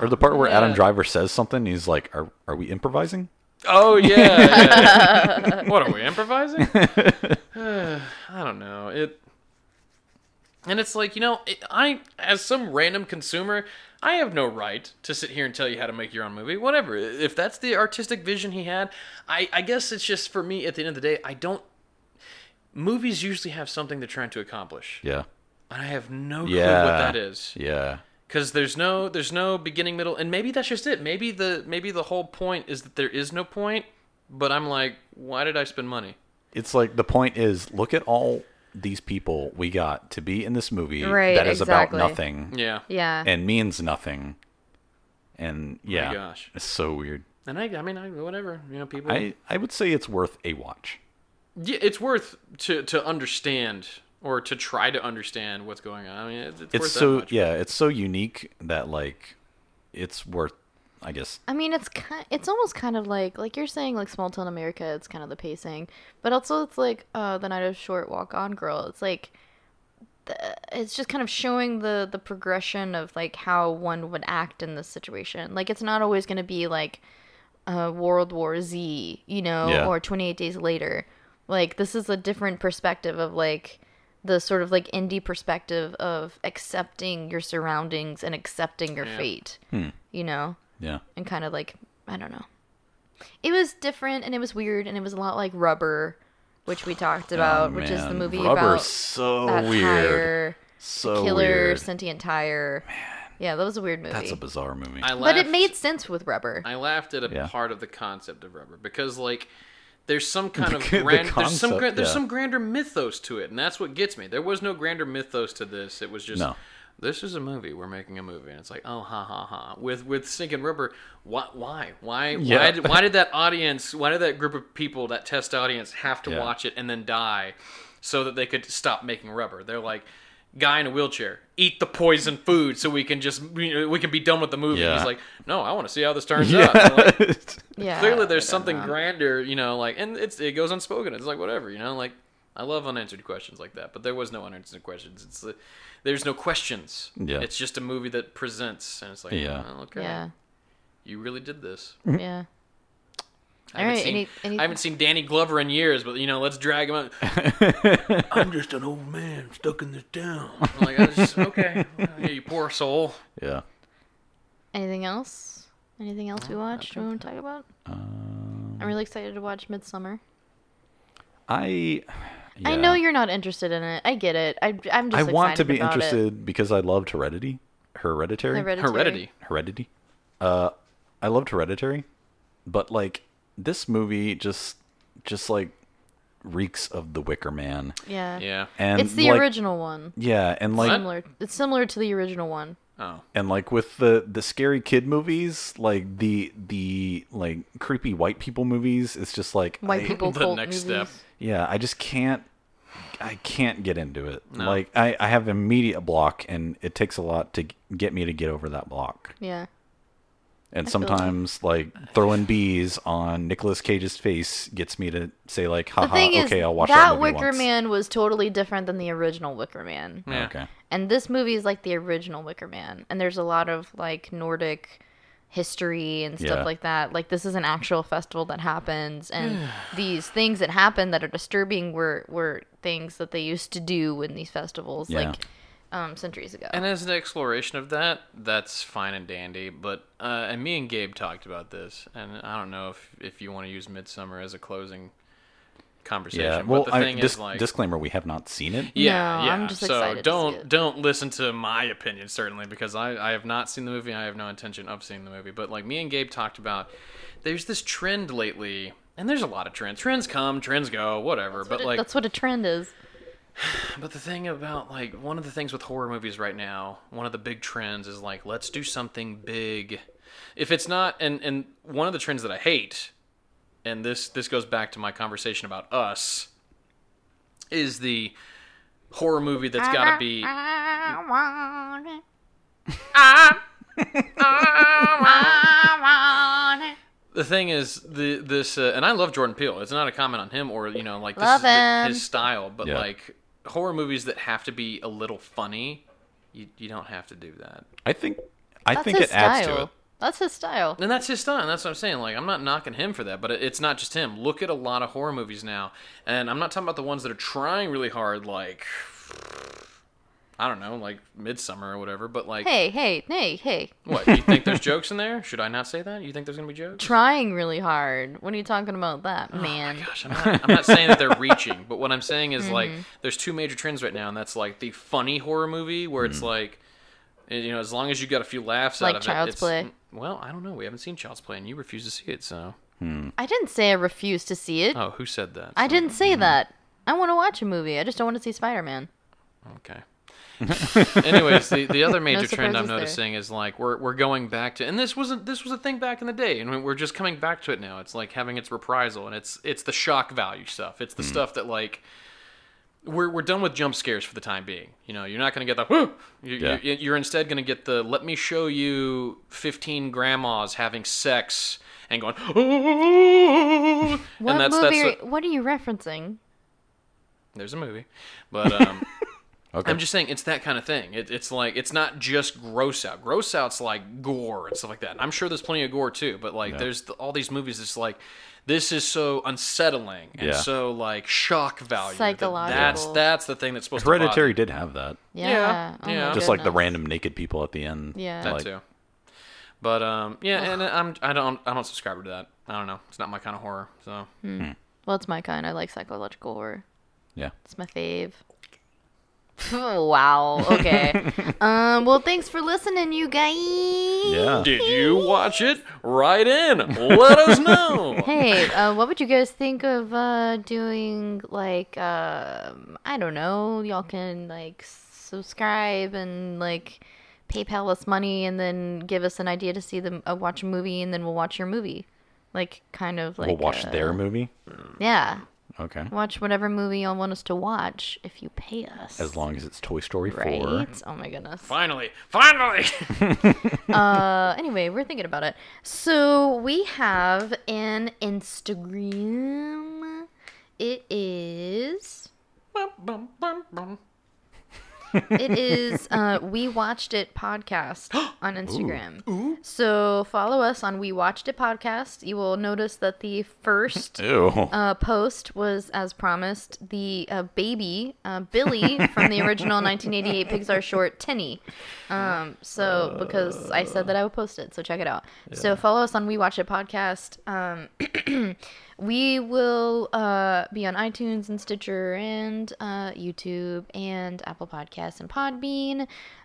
Speaker 2: or the part where adam
Speaker 4: Yeah.
Speaker 2: driver says something he's like are, are we improvising
Speaker 4: Oh yeah. yeah, yeah. what are we improvising? Uh, I don't know. It and it's like you know, it, I as some random consumer, I have no right to sit here and tell you how to make your own movie. Whatever. If that's the artistic vision he had, I I guess it's just for me. At the end of the day, I don't. Movies usually have something they're trying to accomplish,
Speaker 2: yeah
Speaker 4: and I have no clue what
Speaker 2: Yeah.
Speaker 4: that is
Speaker 2: yeah
Speaker 4: because there's no there's no beginning middle and maybe that's just it maybe the maybe the whole point is that there is no point but i'm like why did i spend money
Speaker 2: it's like the point is look at all these people we got to be in this movie
Speaker 3: Right,
Speaker 2: that is
Speaker 3: exactly.
Speaker 2: about nothing
Speaker 4: yeah
Speaker 3: Yeah.
Speaker 2: and means nothing and yeah
Speaker 4: gosh.
Speaker 2: it's so weird
Speaker 4: and i i mean I, whatever you know people
Speaker 2: i i would say it's worth a watch
Speaker 4: yeah, it's worth to to understand or to try to understand what's going on i mean it's, it's,
Speaker 2: it's
Speaker 4: worth
Speaker 2: so
Speaker 4: that much.
Speaker 2: yeah it's so unique that like it's worth i guess
Speaker 3: I mean, it's kind, it's almost kind of like like you're saying like small town America. It's kind of the pacing, but also it's like uh, the night of short walk on girl. It's like the, it's just kind of showing the the progression of like how one would act in this situation. Like it's not always going to be like uh, World War Z, you know,
Speaker 2: Yeah.
Speaker 3: or 28 Days Later. Like this is a different perspective of like the sort of like indie perspective of accepting your surroundings and accepting your fate. You know
Speaker 2: yeah
Speaker 3: and kind of like I don't know. It was different and it was weird and it was a lot like Rubber, which we talked about, Uh, which is the
Speaker 2: Oh, Man,
Speaker 3: movie
Speaker 2: Rubber's
Speaker 3: about
Speaker 2: so
Speaker 3: that
Speaker 2: weird
Speaker 3: tire,
Speaker 2: so
Speaker 3: killer,
Speaker 2: weird
Speaker 3: sentient tire. Yeah, that was a weird movie.
Speaker 2: that's a bizarre movie
Speaker 4: I
Speaker 3: but
Speaker 4: laughed-
Speaker 3: it made sense with Rubber.
Speaker 4: I laughed at a
Speaker 2: Yeah.
Speaker 4: part of the concept of rubber because like There's some kind of
Speaker 2: The
Speaker 4: grand, there's some
Speaker 2: concept,
Speaker 4: gra- there's
Speaker 2: yeah.
Speaker 4: some grander mythos to it, and that's what gets me. There was no grander mythos to this. It was just
Speaker 2: No.
Speaker 4: this is a movie. We're making a movie, and it's like oh ha ha ha with with sinking rubber. Why why why why,
Speaker 2: Yeah.
Speaker 4: did, why did that audience? Why did that group of people that test audience have to
Speaker 2: Yeah.
Speaker 4: watch it and then die so that they could stop making rubber? They're like. Guy in a wheelchair, eat the poison food so we can just you know, we can be done with the movie.
Speaker 2: Yeah.
Speaker 4: He's like, no, I want to see how this turns out. And like,
Speaker 3: Yeah.
Speaker 4: clearly there's
Speaker 3: I don't
Speaker 4: something
Speaker 3: know.
Speaker 4: grander you know like and it's it goes unspoken it's like whatever you know like i love unanswered questions like that but there was no unanswered questions it's uh, there's no questions
Speaker 2: Yeah.
Speaker 4: it's just a movie that presents and it's like
Speaker 2: Yeah.
Speaker 4: oh, okay
Speaker 3: Yeah.
Speaker 4: you really did this
Speaker 3: Yeah.
Speaker 4: I, haven't
Speaker 3: right,
Speaker 4: seen,
Speaker 3: any- any-
Speaker 4: I haven't seen danny glover in years but you know let's drag him out
Speaker 1: I'm just an old man stuck in this town.
Speaker 4: I'm like I just, okay well, yeah, you poor soul
Speaker 2: yeah.
Speaker 3: Anything else? Anything else we watched? We want to talk about? I'm really excited to watch Midsummer.
Speaker 2: I.
Speaker 3: I
Speaker 2: yeah.
Speaker 3: know you're not interested in it. I get it. I, I'm just.
Speaker 2: I want to
Speaker 3: excited
Speaker 2: be
Speaker 3: about it.
Speaker 2: interested because I loved Heredity. Hereditary.
Speaker 3: Hereditary.
Speaker 4: heredity
Speaker 2: Heredity. Uh, I loved Hereditary, but like this movie just just like reeks of The Wicker Man.
Speaker 3: Yeah.
Speaker 4: yeah
Speaker 2: And
Speaker 3: It's the
Speaker 2: like,
Speaker 3: original one.
Speaker 2: Yeah, and like
Speaker 3: Similar. It's similar to the original one.
Speaker 4: oh
Speaker 2: and like with the the scary kid movies, like the the like creepy white people movies, it's just like
Speaker 3: White
Speaker 2: I-
Speaker 3: people
Speaker 4: the
Speaker 3: cult
Speaker 4: next
Speaker 3: movies.
Speaker 4: step.
Speaker 2: Yeah, I just can't. I can't get into it. Like I, I have immediate block, and it takes a lot to g- get me to get over that block.
Speaker 3: Yeah.
Speaker 2: And
Speaker 3: feel that.
Speaker 2: sometimes, like throwing bees on Nicolas Cage's face gets me to say, like,
Speaker 3: The
Speaker 2: haha,
Speaker 3: thing is,
Speaker 2: Uh, okay, I'll watch that,
Speaker 3: that
Speaker 2: movie
Speaker 3: Wicker
Speaker 2: once.
Speaker 3: Man was totally different than the original Wicker Man.
Speaker 4: Yeah.
Speaker 2: Okay,
Speaker 3: And this movie is like the original Wicker Man, and there's a lot of like Nordic history and stuff
Speaker 2: Yeah.
Speaker 3: like that. Like this is an actual festival that happens, and these things that happen that are disturbing were were things that they used to do in these festivals,
Speaker 2: Yeah.
Speaker 3: like um, centuries ago.
Speaker 4: And as an exploration of that, that's fine and dandy. But uh, and me and Gabe talked about this, and I don't know if if you want to use Midsummer as a closing conversation.
Speaker 2: yeah. Well,
Speaker 4: but the
Speaker 2: I,
Speaker 4: thing is
Speaker 2: dis-
Speaker 4: like.
Speaker 2: disclaimer: we have not seen it.
Speaker 4: yeah,
Speaker 3: No,
Speaker 4: yeah.
Speaker 3: I'm just
Speaker 4: so
Speaker 3: excited to see
Speaker 4: don't
Speaker 3: it.
Speaker 4: don't listen to my opinion certainly because I, I have not seen the movie. I have no intention of seeing the movie. But like me and Gabe talked about, there's this trend lately, and there's a lot of trends. Trends come, trends go, whatever.
Speaker 3: That's
Speaker 4: but
Speaker 3: what it-
Speaker 4: like
Speaker 3: that's what a trend is.
Speaker 4: but the thing about like one of the things with horror movies right now, one of the big trends is like let's do something big. If it's not and and one of the trends that I hate and this this goes back to my conversation about us is the horror movie that's got to be the thing is the this uh, and I love Jordan Peele. It's not a comment on him or you know like this
Speaker 3: Love
Speaker 4: is the-
Speaker 3: him.
Speaker 4: his style, but
Speaker 2: Yeah.
Speaker 4: like horror movies that have to be a little funny, you you don't have to do that.
Speaker 2: I think. I
Speaker 3: That's
Speaker 2: think
Speaker 3: his
Speaker 2: it adds
Speaker 3: style.
Speaker 2: to it.
Speaker 3: That's his style.
Speaker 4: And that's his style. And that's what I'm saying. Like, I'm not knocking him for that, but it- it's not just him. Look at a lot of horror movies now, and I'm not talking about the ones that are trying really hard, like I don't know, like Midsummer or whatever. But like,
Speaker 3: Hey, hey, hey, hey.
Speaker 4: what you think there's jokes in there? Should I not say that? You think there's gonna be jokes?
Speaker 3: Trying really hard. What are you talking about that,
Speaker 4: Oh
Speaker 3: man?
Speaker 4: Gosh, I'm not, I'm not saying that they're reaching, but what I'm saying is like,
Speaker 3: Mm-hmm.
Speaker 4: there's two major trends right now, and that's like the funny horror movie where it's like, eh, you know, as long as you got a few laughs
Speaker 3: Like
Speaker 4: out of
Speaker 3: Child's
Speaker 4: it, it's-
Speaker 3: Play.
Speaker 4: Well, I don't know. We haven't seen Child's Play, and you refuse to see it. So,
Speaker 3: I didn't say I refuse to see it.
Speaker 4: oh, Mm-hmm. who said that?
Speaker 3: I didn't say that. I want to watch a movie. I just don't want to see Spider Man.
Speaker 4: Okay. Anyways, the, the other major trend I'm
Speaker 3: surprises there.
Speaker 4: noticing is like we're we're going back to, and this wasn't this was a thing back in the day, and we're just coming back to it now. It's like having its reprisal, and it's it's the shock value stuff. It's the stuff that like we're we're done with jump scares for the time being. You know, you're not going to get the whoo. You,
Speaker 2: Yeah.
Speaker 4: you, you're instead going to get the let me show you 15 grandmas having sex and going. "Oh."
Speaker 3: What
Speaker 4: and that's
Speaker 3: movie?
Speaker 4: that's
Speaker 3: are, what are you referencing?
Speaker 4: the- there's a movie, but um.
Speaker 2: Okay.
Speaker 4: I'm just saying it's that kind of thing. It, it's like it's not just gross out. Gross out's like gore and stuff like that. And I'm sure there's plenty of gore too, but like there's the, all these movies. that's like this is so unsettling and
Speaker 2: Yeah.
Speaker 4: so like shock value. that That's
Speaker 3: Psychological.
Speaker 4: that's the thing that's supposed
Speaker 2: Hereditary
Speaker 4: to
Speaker 2: did have that.
Speaker 3: Yeah.
Speaker 4: Yeah,
Speaker 3: Oh my
Speaker 4: yeah.
Speaker 2: Just like the
Speaker 3: goodness.
Speaker 2: random naked people at the end.
Speaker 3: Yeah.
Speaker 4: bother
Speaker 3: That
Speaker 4: you.
Speaker 2: like,
Speaker 4: that too. But um, yeah, and I'm I don't I don't subscribe to that. I don't know. It's not my kind of horror. So
Speaker 3: Hmm. Well, it's my kind. I like psychological horror.
Speaker 2: Yeah.
Speaker 3: It's my fave. wow. Okay. um. Well, thanks for listening, you guys.
Speaker 2: Yeah.
Speaker 4: Did you watch it? Write in. Let us know.
Speaker 3: Hey, uh, what would you guys think of uh, doing? Like, um, I don't know. Y'all can like subscribe and like PayPal us money, and then give us an idea to see them uh, watch a movie, and then we'll watch your movie. Like, kind of like
Speaker 2: we'll watch
Speaker 3: uh,
Speaker 2: their movie.
Speaker 3: Yeah,
Speaker 2: Okay.
Speaker 3: watch whatever movie y'all want us to watch if you pay us.
Speaker 2: As long as it's Toy Story
Speaker 3: right?
Speaker 2: 4.
Speaker 3: Oh my goodness.
Speaker 4: Finally. Finally.
Speaker 3: Uh, anyway, we're thinking about it. So we have an Instagram. It is. it is uh, we watched it podcast on instagram so follow us on we watched it podcast you will notice that the first
Speaker 2: Ew.
Speaker 3: uh, post was, as promised, the uh, baby uh, Billy from the original 1988 Pixar short Tinny. Um, so because I said that I would post it, so check it out. So follow us on We Watch It podcast. Um, we will uh, be on iTunes and Stitcher and uh, YouTube and Apple Podcasts and Podbean.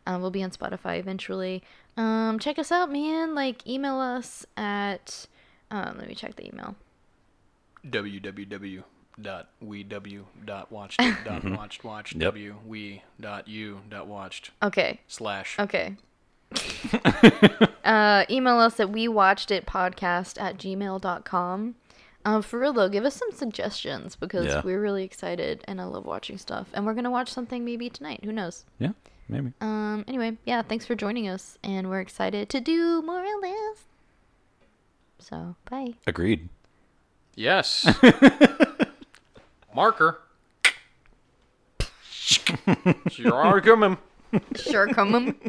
Speaker 3: Uh, we'll be on Spotify eventually. Um, check us out, man. Like email us at. Um, let me check the email.
Speaker 2: Yep.
Speaker 4: www.wew.watched.watched.watched.w.we.u.watched
Speaker 3: Okay.
Speaker 4: slash
Speaker 3: Okay. uh, email us at we watched it podcast at gmail.com. Um, for real though, give us some suggestions because
Speaker 2: Yeah.
Speaker 3: we're really excited and I love watching stuff. And we're gonna watch something maybe tonight. Who knows?
Speaker 2: Yeah, maybe.
Speaker 3: Um anyway, yeah, thanks for joining us and we're excited to do more or less. So bye.
Speaker 2: Agreed.
Speaker 4: Yes. Marker. You're coming.
Speaker 3: Sure come 'em.